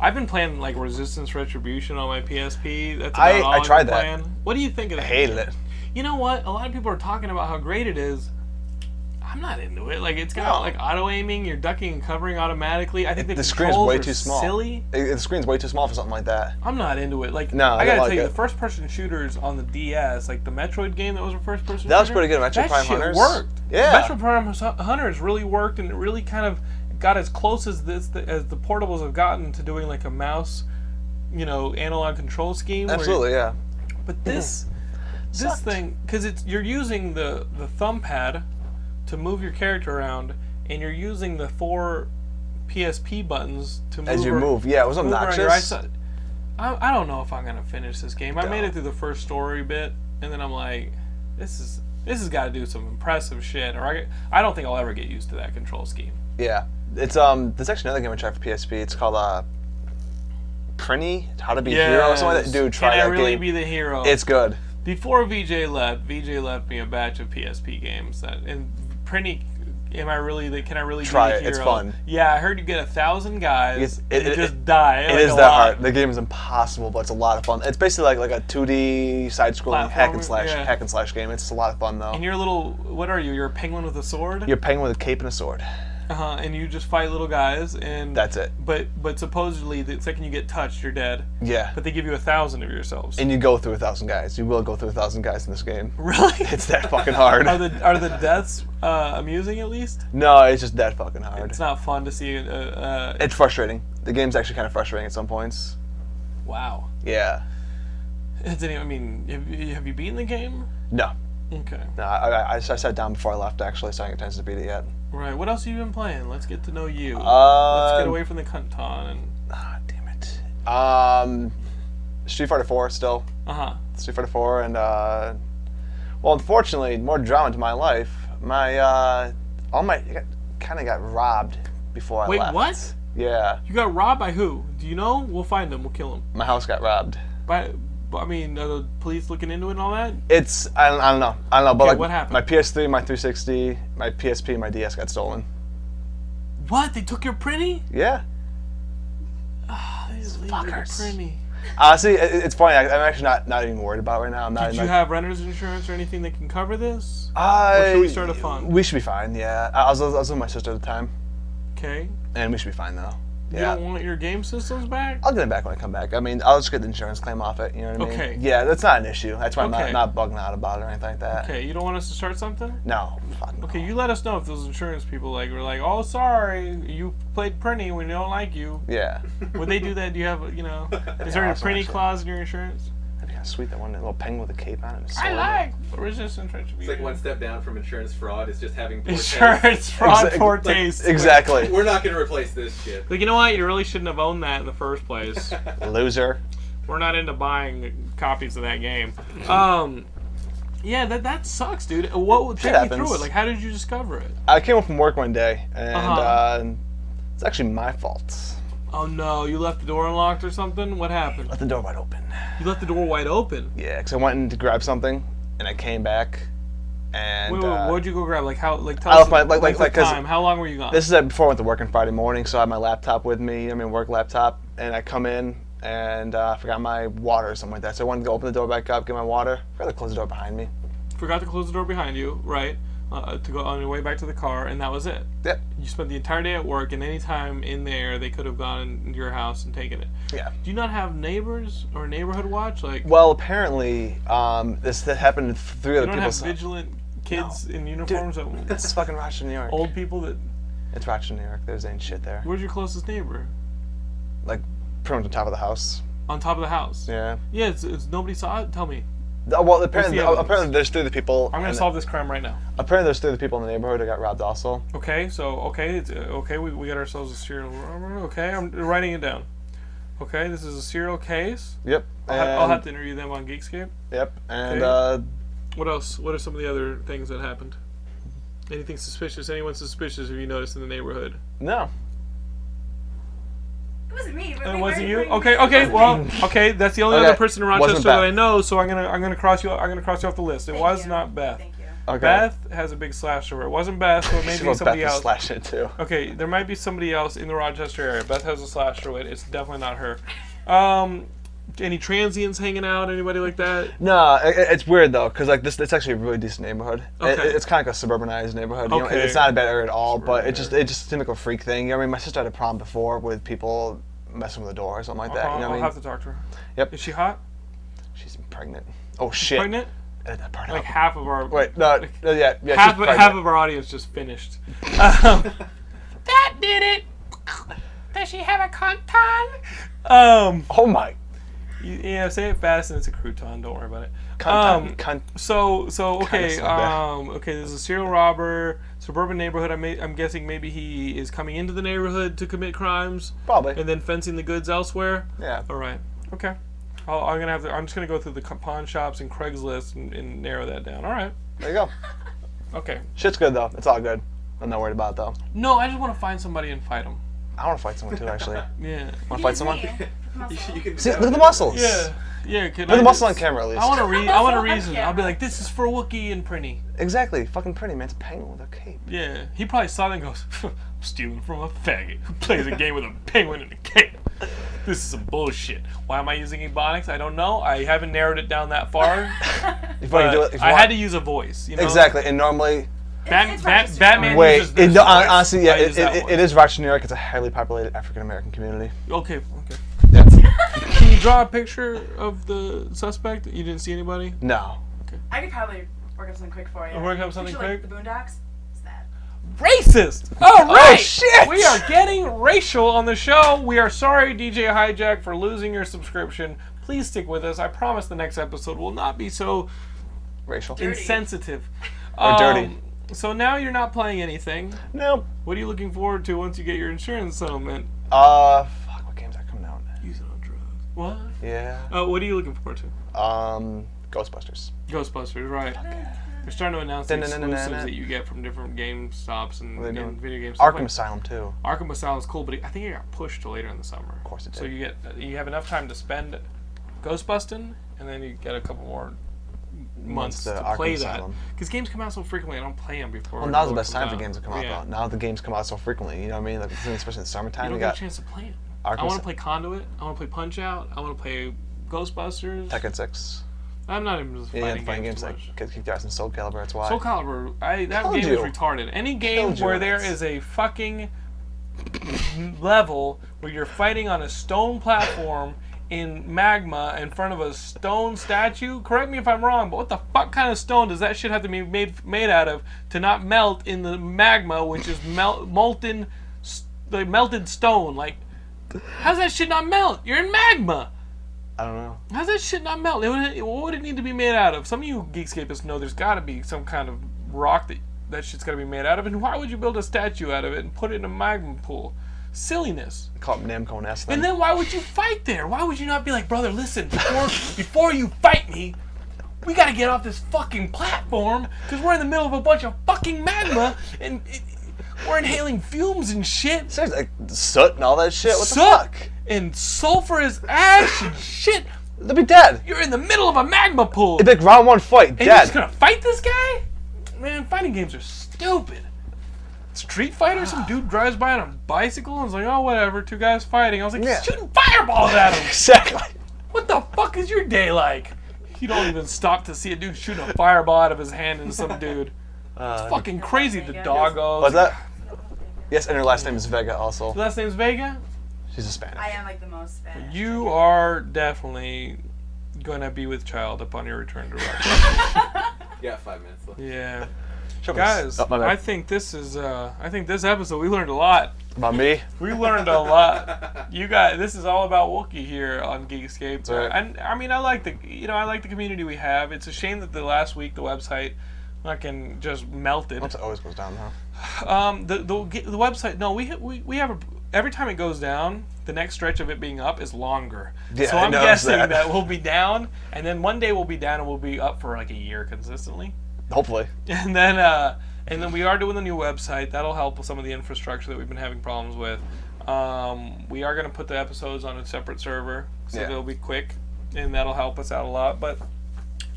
S2: I've been playing like Resistance Retribution on my PSP. That's about
S7: I-
S2: all
S7: I
S2: I've
S7: tried
S2: been
S7: that.
S2: Playing. What do you think of that?
S7: I hated it.
S2: you know what? A lot of people are talking about how great it is. I'm not into it. Like it's got
S7: No.
S2: like auto aiming. You're ducking and covering automatically. I think the,
S7: The
S2: screen's
S7: screen's way too small.
S2: Silly.
S7: It- The screen's way too small for something like that.
S2: I'm not into it. Like
S7: No,
S2: I
S7: I don't
S2: gotta
S7: like
S2: tell you,
S7: it.
S2: the first person shooters on the DS, like the Metroid game that was a first person.
S7: That was
S2: shooter,
S7: pretty good, Metroid
S2: that
S7: Prime
S2: shit
S7: Hunters.
S2: worked.
S7: Yeah.
S2: Metroid Prime Hus- Hunters really worked, and it really kind of got as close as this as the portables have gotten to doing like a mouse, you know, analog control scheme. where-
S7: Absolutely, yeah.
S2: but this this thing because it's you're using the the thumb pad to to move your character around, and you're using the four PSP buttons to move
S7: As you
S2: ar-
S7: move. Yeah, it was
S2: move around your
S7: obnoxious.
S2: eyesight. I, I don't know if I'm gonna finish this game. I made it through the first story bit, and then I'm like, this is this has got to do some impressive shit, or I I don't think I'll ever get used to that control scheme.
S7: Yeah. It's um there's actually another game I tried for PSP. It's called uh Prinny, How to Be a Hero or something like that. Dude, try
S2: Can
S7: that
S2: I really
S7: game.
S2: be the hero?
S7: it's good.
S2: before VJ left, VJ left me a batch of PSP games that and Prinny. Am I really? the- Can I really
S7: Try
S2: be the
S7: it.
S2: hero?
S7: It's fun.
S2: Yeah, I heard you get a thousand guys
S7: It's-
S2: and
S7: it-
S2: you
S7: it-
S2: just die.
S7: It
S2: like
S7: is
S2: a
S7: that
S2: lot.
S7: hard. The game is impossible, but it's a lot of fun. It's basically like like a 2D side-scrolling hack and
S2: Platformer,
S7: slash
S2: yeah.
S7: hack and slash game. It's a lot of fun though.
S2: And you're a little. What are you? You're a penguin with a sword.
S7: You're playing with a cape and a sword.
S2: Uh-huh, and you just fight little guys, and
S7: That's it.
S2: But but supposedly the second you get touched, you're dead.
S7: Yeah.
S2: But they give you a thousand of yourselves.
S7: and you go through a thousand guys. You will go through a thousand guys in this game.
S2: really?
S7: It's that fucking hard.
S2: are the are the deaths uh, amusing at least?
S7: no, it's just that fucking hard.
S2: It's
S7: It's,
S2: not fun to see. Uh, uh,
S7: frustrating. The game's actually kind of frustrating at some points.
S2: wow.
S7: Yeah.
S2: It's any, I mean, have you, have you beaten the game?
S7: No.
S2: Okay.
S7: No, I, I, I- I sat down before I left actually, so I didn't get a chance to beat it yet.
S2: Right. What else have you been playing? Let's get to know you.
S7: Uh,
S2: Let's get away from the cunton and
S7: Ah, damn it. Um, Street Fighter 4 still.
S2: uh huh.
S7: Street Fighter 4 and uh, well, unfortunately, more drama to my life. My uh, all my kind of got robbed before I
S2: Wait,
S7: left.
S2: what?
S7: Yeah,
S2: You got robbed by who? Do you know? We'll find him. We'll kill him.
S7: my house got robbed.
S2: By, I mean, are the police looking into it and all that?
S7: It's I don't, I don't know. I don't know. But
S2: Okay,
S7: like
S2: what happened?
S7: my PS3, my 360, my PSP, my DS got stolen.
S2: What? They took your printy?
S7: Yeah.
S2: These
S7: fuckers.
S2: Printy.
S7: Honestly, it, it's funny. I, I'm actually not not even worried about it right now. I'm not.
S2: Did
S7: even,
S2: you
S7: like,
S2: have renter's insurance or anything that can cover this?
S7: I,
S2: should we start a fund?
S7: We should be fine. Yeah. I, I was I was with my sister at the time,
S2: Okay.
S7: and we should be fine though.
S2: You
S7: Yeah.
S2: don't want your game systems back?
S7: I'll get it back when I come back. I mean, I'll just get the insurance claim off it. You know what I mean?
S2: Okay.
S7: Yeah, that's not an issue. That's why
S2: Okay.
S7: I'm not, not bugging out about it or anything like that.
S2: Okay, you don't want us to start something?
S7: No. Fuck no.
S2: Okay, you let us know if those insurance people like were like, "Oh, sorry, you played Printy. We don't like you."
S7: Yeah.
S2: Would they do that? Do you have, you know, is there a
S7: awesome,
S2: Printy
S7: actually.
S2: clause in your insurance?
S7: That'd be kind of sweet. That one that little penguin with a cape on it. and a
S2: I
S7: sword.
S2: like resistance
S5: It's like
S2: retribution.
S5: one step down from insurance fraud is just having poor taste.
S2: insurance fraud
S7: Exact-
S2: poor
S7: like-
S2: taste.
S7: Exactly.
S5: We're not gonna replace this shit.
S2: Like you know what? You really shouldn't have owned that in the first place.
S7: Loser.
S2: We're not into buying copies of that game. Um, yeah, that that sucks, dude. Uh, What take me through
S7: happens.
S2: it? Like, how did you discover it?
S7: I came home from work one day, and
S2: Uh-huh.
S7: uh, it's actually my fault.
S2: Oh no, you left the door unlocked or something? What happened?
S7: Left the door wide open.
S2: You left the door wide open.
S7: Yeah, 'cause I went in to grab something, and I came back, and
S2: Wait, wait,
S7: uh,
S2: what'd you go grab? Like how? Like tell
S7: I
S2: us
S7: left my-
S2: the-
S7: like- like-
S2: the
S7: like, 'cause-
S2: time. How long were you gone?
S7: this is uh, before I went to work on Friday morning, so I had my laptop with me. I mean, work laptop, and I come in, and uh, I forgot my water or something like that. So I wanted to go open the door back up, get my water. forgot to close the door behind me.
S2: Forgot to close the door behind you, right? Uh, to go on your way back to the car, and that was it.
S7: Yep.
S2: You spent the entire day at work, and any time in there, they could have gone into your house and taken it.
S7: Yeah.
S2: Do you not have neighbors or neighborhood watch? Like,
S7: Well, apparently, um, this that happened to three
S2: you
S7: other
S2: don't
S7: people.
S2: have vigilant kids in uniforms. that,
S7: it's fucking Rochester, New York.
S2: old people that.
S7: It's Rochester, New York. There's ain't shit there.
S2: Where's your closest neighbor?
S7: Like, pretty much on top of the house.
S2: On top of the house.
S7: Yeah.
S2: Yeah. It's, it's nobody saw it. Tell me.
S7: Uh, Well, apparently,
S2: the
S7: uh,
S2: evidence?
S7: apparently there's three of the people.
S2: I'm gonna
S7: and-
S2: solve this crime right now.
S7: Apparently, there's three of the people in the neighborhood that got robbed also.
S2: Okay, so okay, it's, uh, okay, we, we got ourselves a serial robber. Okay, I'm writing it down. Okay, this is a serial case.
S7: Yep.
S2: I'll, ha- I'll
S7: and-
S2: have to interview them on Geekscape.
S7: Yep. And uh,
S2: Okay. What else? What are some of the other things that happened? Anything suspicious? Anyone suspicious? Have you noticed in the neighborhood?
S7: uh, no.
S4: It wasn't me.
S2: It wasn't you. Okay, okay, well, okay. That's the only
S7: Okay,
S2: other person in
S7: wasn't
S2: Rochester that
S7: Beth.
S2: I know, so I'm gonna I'm gonna cross you I'm gonna cross you off the list. It was not Beth.
S4: Thank you.
S7: Okay.
S2: Beth has a big slash over. It wasn't Beth, so it may
S7: She
S2: be
S7: wrote Beth
S2: somebody
S7: to
S2: else.
S7: slash it too.
S2: Okay, there might be somebody else in the Rochester area. Beth has a slash to it. It's definitely not her. Um, any transients hanging out? Anybody like that?
S7: No, i- i- it's weird though, because like this, it's actually a really decent neighborhood. It-
S2: Okay.
S7: it's kind of like a suburbanized neighborhood. You know, and
S2: Okay.
S7: it's not a bad area at all, but it just it just seemed like a freak thing. You know what I mean, my sister had a problem before with people messing with the door or something like that.
S2: I'll,
S7: you know
S2: I'll
S7: what I
S2: have to
S7: mean?
S2: talk to her.
S7: Yep.
S2: Uh-huh. Is she hot?
S7: She's pregnant. Oh shit.
S2: Pregnant?
S7: Uh, not pregnant.
S2: Like half of our
S7: Wait, no, no, yeah, yeah.
S2: half
S7: she's
S2: of, half
S7: pregnant.
S2: of our audience just finished. Um, that did it. Does she have a crouton? Um,
S7: Oh my
S2: y- yeah, say it fast and it's a crouton. Don't worry about it. Um,
S7: Cunt, cunt.
S2: So so okay
S7: snuck that.
S2: um, okay. There's a serial robber, suburban neighborhood. I may, I'm guessing maybe he is coming into the neighborhood to commit crimes,
S7: Probably.
S2: and then fencing the goods elsewhere.
S7: yeah.
S2: All right. Okay. I'll, I'm gonna have. To, I'm just gonna go through the co- pawn shops and Craigslist and, and narrow that down. All right.
S7: There you go.
S2: Okay.
S7: Shit's good though. It's all good. I'm not worried about it though.
S2: No, I just want to find somebody and fight them.
S7: I want to fight someone too. Actually, want
S2: Yeah.
S7: to fight someone?
S5: You, should- you can do
S7: See,
S5: that
S7: look at
S5: with
S7: the
S5: it.
S7: muscles.
S2: Yeah. Yeah. Could
S7: Put
S2: I
S7: the muscle on
S2: just-
S7: camera at least.
S2: I want to read. I want to reason. I'll be like, this is for Wookiee and Prinny.
S7: Exactly. Fucking pretty man. It's a penguin with a cape.
S2: Yeah, he probably saw that and goes, I'm stealing from a faggot who plays a game with a penguin in a cape. This is some bullshit. Why am I using ebonics? I don't know. I haven't narrowed it down that far.
S7: If you wanna
S2: but
S7: do it- if you
S2: I
S7: want-
S2: had to use a voice. You know?
S7: Exactly. And normally,
S2: Bat-
S4: It's
S2: Bat-
S4: registered.
S2: Batman
S7: wait.
S2: uses
S7: It,
S2: this
S7: no,
S2: voice.
S7: honestly, yeah,
S2: I use
S7: it,
S2: that
S7: it,
S2: one.
S7: it is Rochester, New York. It's a highly populated African American community.
S2: Okay, okay.
S7: Yeah.
S2: Can you draw a picture of the suspect? You didn't see anybody?
S7: No.
S4: I could probably work up something quick for you.
S2: Work up something
S4: Picture, like,
S2: quick?
S4: The Boondocks. It's that.
S2: Racist! All right!
S7: shit!
S2: We are getting racial on the show. We are sorry, DJ Hijack, for losing your subscription. Please stick with us. I promise the next episode will not be so
S7: Racial.
S2: insensitive Um,
S7: Or dirty.
S2: So now you're not playing anything.
S7: No.
S2: What are you looking forward to once you get your insurance settlement?
S7: Uh, fuck. What games are coming out?
S2: Use it on drugs. What?
S7: Yeah.
S2: Uh, what are you looking forward to?
S7: Um, Ghostbusters.
S2: Ghostbusters, right? They're starting to announce the
S7: Dun-dun-dun-dun-dun.
S2: exclusives that you get from different game stops and,
S7: What are they
S2: and
S7: doing?
S2: video games.
S7: Arkham Asylum too.
S2: Arkham Asylum is cool, but I think it got pushed to later in the summer. Of
S7: course it
S2: So
S7: did.
S2: you get uh, you have enough time to spend Ghostbusting, and then you get a couple more months
S7: Months to
S2: to
S7: Arkham
S2: play
S7: Asylum.
S2: that. Because games come out so frequently, I don't play them before.
S7: Well, now's the
S2: Lord
S7: best time
S2: comes
S7: for
S2: out.
S7: games to come out
S2: Yeah.
S7: though. Now the games come out so frequently. You know what I mean? Like especially in the
S2: You
S7: summertime,
S2: don't
S7: you
S2: get a
S7: got
S2: chance to play it. I
S7: Arkham
S2: want
S7: Asy-
S2: to play Conduit. I want to play Punch Out. I want to play Ghostbusters.
S7: Tekken Six.
S2: I'm not even just
S7: Yeah,
S2: fighting
S7: and fighting
S2: games
S7: games
S2: too
S7: like
S2: much.
S7: Kick Kick Your Ass and Soul Calibur. That's why.
S2: Soul Calibur, I, that
S7: Killed
S2: game
S7: you.
S2: is retarded. Any game
S7: Killed you
S2: where
S7: on
S2: there
S7: this.
S2: is a fucking level where you're fighting on a stone platform in magma in front of a stone statue. Correct me if I'm wrong, but what the fuck kind of stone does that shit have to be made made out of to not melt in the magma, which is mel- molten, s- like melted stone? Like, how's that shit not melt? You're in magma.
S7: I don't know.
S2: How's that shit not melt? It would, it- what would it need to be made out of? Some of you geekscapists know there's got to be some kind of rock that that shit's got to be made out of. And why would you build a statue out of it and put it in a magma pool? Silliness.
S7: Call it Namco and S.
S2: And then why would you fight there? Why would you not be like, brother, listen, before before you fight me, we gotta get off this fucking platform because we're in the middle of a bunch of fucking magma and it, we're inhaling fumes and shit
S7: Seriously, like soot and all that shit. What
S2: Soot.
S7: the fuck?
S2: and sulfurous ash and shit.
S7: They'll be dead.
S2: You're in the middle of a magma pool.
S7: It'd be like round one fight,
S2: And you're just
S7: dead.
S2: gonna fight this guy? Man, fighting games are stupid. Street Fighter, some dude drives by on a bicycle and is like, oh, whatever, two guys fighting. I was like,
S7: Yeah.
S2: shooting fireballs at him.
S7: Exactly.
S2: what the fuck is your day like? You don't even stop to see a dude shooting a fireball out of his hand into some dude. it's fucking crazy, the doggos.
S7: Uh, Was that? Yes, and her last name is Vega. Also,
S2: Last name's Vega?
S7: she's a Spanish.
S4: I am like the most Spanish.
S2: You are definitely gonna be with child upon your return to Russia.
S5: You got five minutes left.
S2: yeah.
S7: Sure,
S2: Guys,
S7: oh, my bad.
S2: I think this is uh I think this episode we learned a lot.
S7: about me.
S2: We learned a lot. You got this is all about Wookiee here on Geekscape.
S7: right.
S2: And I mean, I like the you know I like the community we have. It's a shame that the last week the website fucking just melted.
S7: It always goes down though.
S2: Um, the, the ge- the website no we ha- we we have a every time it goes down the next stretch of it being up is longer.
S7: Yeah,
S2: so
S7: I
S2: I'm
S7: noticed
S2: guessing
S7: that.
S2: we'll be down and then one day we'll be down and we'll be up for like a year consistently
S7: Hopefully.
S2: and then uh, and then we are doing the new website that'll help with some of the infrastructure that we've been having problems with um, we are going to put the episodes on a separate server so
S7: Yeah.
S2: they'll be quick and that'll help us out a lot but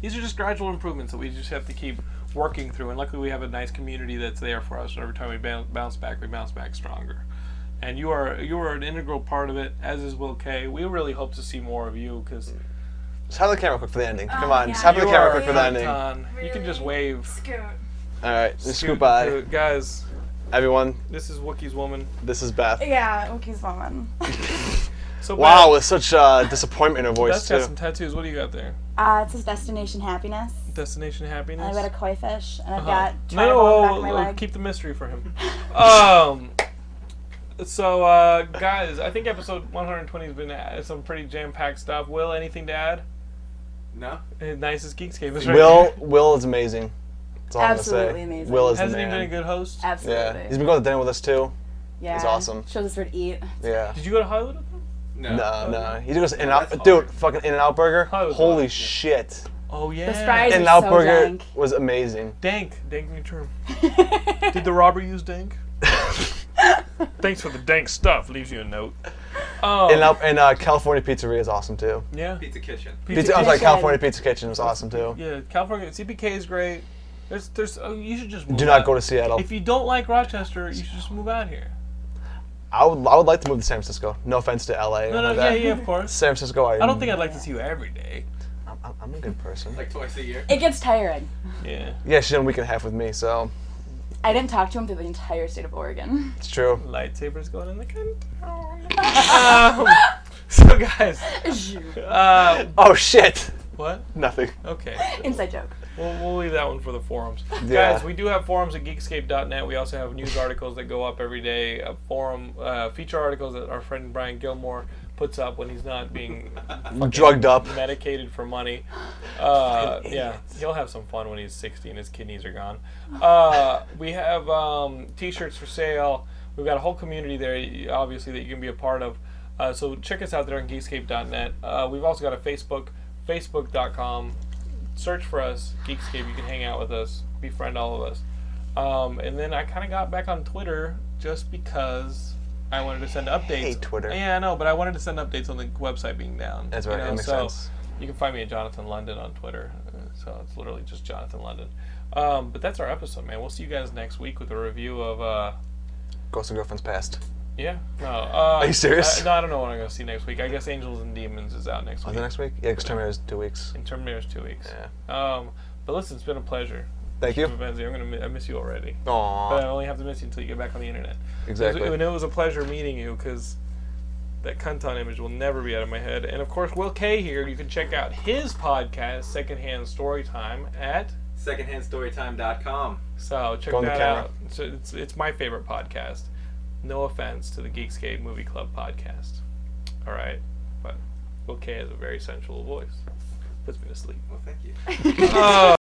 S2: these are just gradual improvements that we just have to keep working through and luckily we have a nice community that's there for us and every time we boun- bounce back we bounce back stronger and you are you are an integral part of it as is will k we really hope to see more of you because
S7: Just have the camera quick for the ending. Come
S4: Oh,
S7: on,
S4: yeah.
S7: just have the
S4: You
S7: camera
S4: are-
S7: quick for the ending. All
S2: you can just
S4: Really?
S2: wave
S4: Scoot.
S7: right, scoop
S2: Uh, Scoot-
S7: by
S2: guys
S7: everyone.
S2: This is Wookiee's woman.
S7: This is Beth.
S4: Yeah, Wookiee's woman.
S2: So
S7: Wow,
S2: Beth,
S7: with such uh, disappointment in her voice
S2: Beth's got
S7: too.
S2: some tattoos. What do you got there?
S4: Uh, it says Destination Happiness.
S2: Destination happiness.
S4: I've got a koi fish, and I've got
S2: Uh-huh. no,
S4: tribal on the back of my
S2: we'll- we'll
S4: leg.
S2: keep the mystery for him. um. So, uh, guys, I think episode 120 has been a- some pretty jam-packed stuff. Will anything to add?
S5: No?
S2: Uh, Nicest Geekscape is right
S7: Will
S2: there.
S7: Will is amazing. That's all I'm
S8: Absolutely
S7: gonna say.
S8: amazing.
S7: Will is
S2: Hasn't
S7: the
S2: he been
S7: man.
S2: a good host?
S8: Absolutely.
S7: yeah, he's been going to dinner with us too.
S8: yeah.
S7: he's awesome.
S8: Shows us where to eat.
S7: Yeah.
S2: Did you go to Hollywood with him?
S5: No.
S7: No, no. He goes in and
S5: that's
S7: out, dude.
S5: hard.
S7: Fucking In and Out Burger.
S2: Probably was
S7: Holy
S2: hard, yeah.
S7: shit!
S2: Oh yeah.
S8: Those fries
S7: In and
S8: are
S7: Out
S8: so
S7: Burger
S8: dank.
S7: was amazing.
S2: Dank. Dank me term. Did the robber use dank? Thanks for the dank stuff. Leaves you a note. Oh
S7: In and Out and uh, California Pizzeria is awesome too.
S2: yeah.
S5: Pizza Kitchen.
S7: Pizza, I'm sorry,
S8: Kitchen.
S7: California Pizza Kitchen was awesome too.
S2: Yeah, California CPK is great. There's, there's. Oh, you should just. Move
S7: Do not
S2: out.
S7: go to Seattle.
S2: If you don't like Rochester, you should just move out here.
S7: I would, I would like to move to San Francisco. No offense to LA. or
S2: No, no,
S7: like
S2: yeah,
S7: that.
S2: yeah, of course.
S7: San Francisco. I,
S2: I don't think I'd like to see you every day.
S7: I'm, I'm- I'm a good person.
S5: Like twice a year.
S8: It gets tiring.
S2: Yeah,
S7: Yeah, she's done a week and a half with me, so
S8: I didn't talk to him through the entire state of Oregon.
S7: it's true.
S2: lightsabers going in the countdown. um, so guys, uh,
S7: Oh shit!
S2: what?
S7: Nothing.
S2: Okay,
S8: Inside joke.
S2: we'll, we'll leave that one for the forums.
S7: Yeah.
S2: Guys, we do have forums at geekscape.net. We also have news articles that go up every day. A forum uh, feature articles that our friend Brian Gilmore puts up when he's not being
S7: Drugged up.
S2: medicated for money. Uh, yeah, he'll have some fun when he's 60 and his kidneys are gone. Uh, we have um, t-shirts for sale. We've got a whole community there, y- obviously, that you can be a part of. Uh, so check us out there on geekscape.net. Uh, we've also got a Facebook, facebook.com. Search for us, Geekscape. You can hang out with us, befriend all of us. Um, and then I kind of got back on Twitter just because I wanted to send updates.
S7: hate Twitter.
S2: Yeah, I know, but I wanted to send updates on the website being down.
S7: That's right,
S2: You
S7: that
S2: know,
S7: makes
S2: so
S7: sense.
S2: You can find me at Jonathan London on Twitter. Uh, So it's literally just Jonathan London. Um, but that's our episode, man. We'll see you guys next week with a review of. Uh,
S7: Ghost and Girlfriend's past.
S2: yeah. No. Uh,
S7: Are you serious?
S2: I, no, I don't know what I'm going to see next week. I guess Angels and Demons is out next
S7: Was
S2: week.
S7: it next week? Yeah, because Terminator's two weeks.
S2: And Terminator's two weeks. Yeah. Um, but listen, it's been a pleasure.
S7: Thank you.
S2: Benzie, I'm gonna mi- I miss you already. But I
S7: Aww.
S2: only have to miss you until you get back on the internet.
S7: Exactly.
S2: It was, and it was a pleasure meeting you because that Cunton image will never be out of my head. And of course, Will K here. You can check out his podcast, Secondhand Storytime, at
S5: Secondhandstorytime.com.
S2: so check
S7: Go on the
S2: that
S7: camera.
S2: out. So it's it's my favorite podcast. No offense to the Geekscape Movie Club podcast. All right, but Will K has a very sensual voice. Puts me to sleep.
S5: Well, thank you.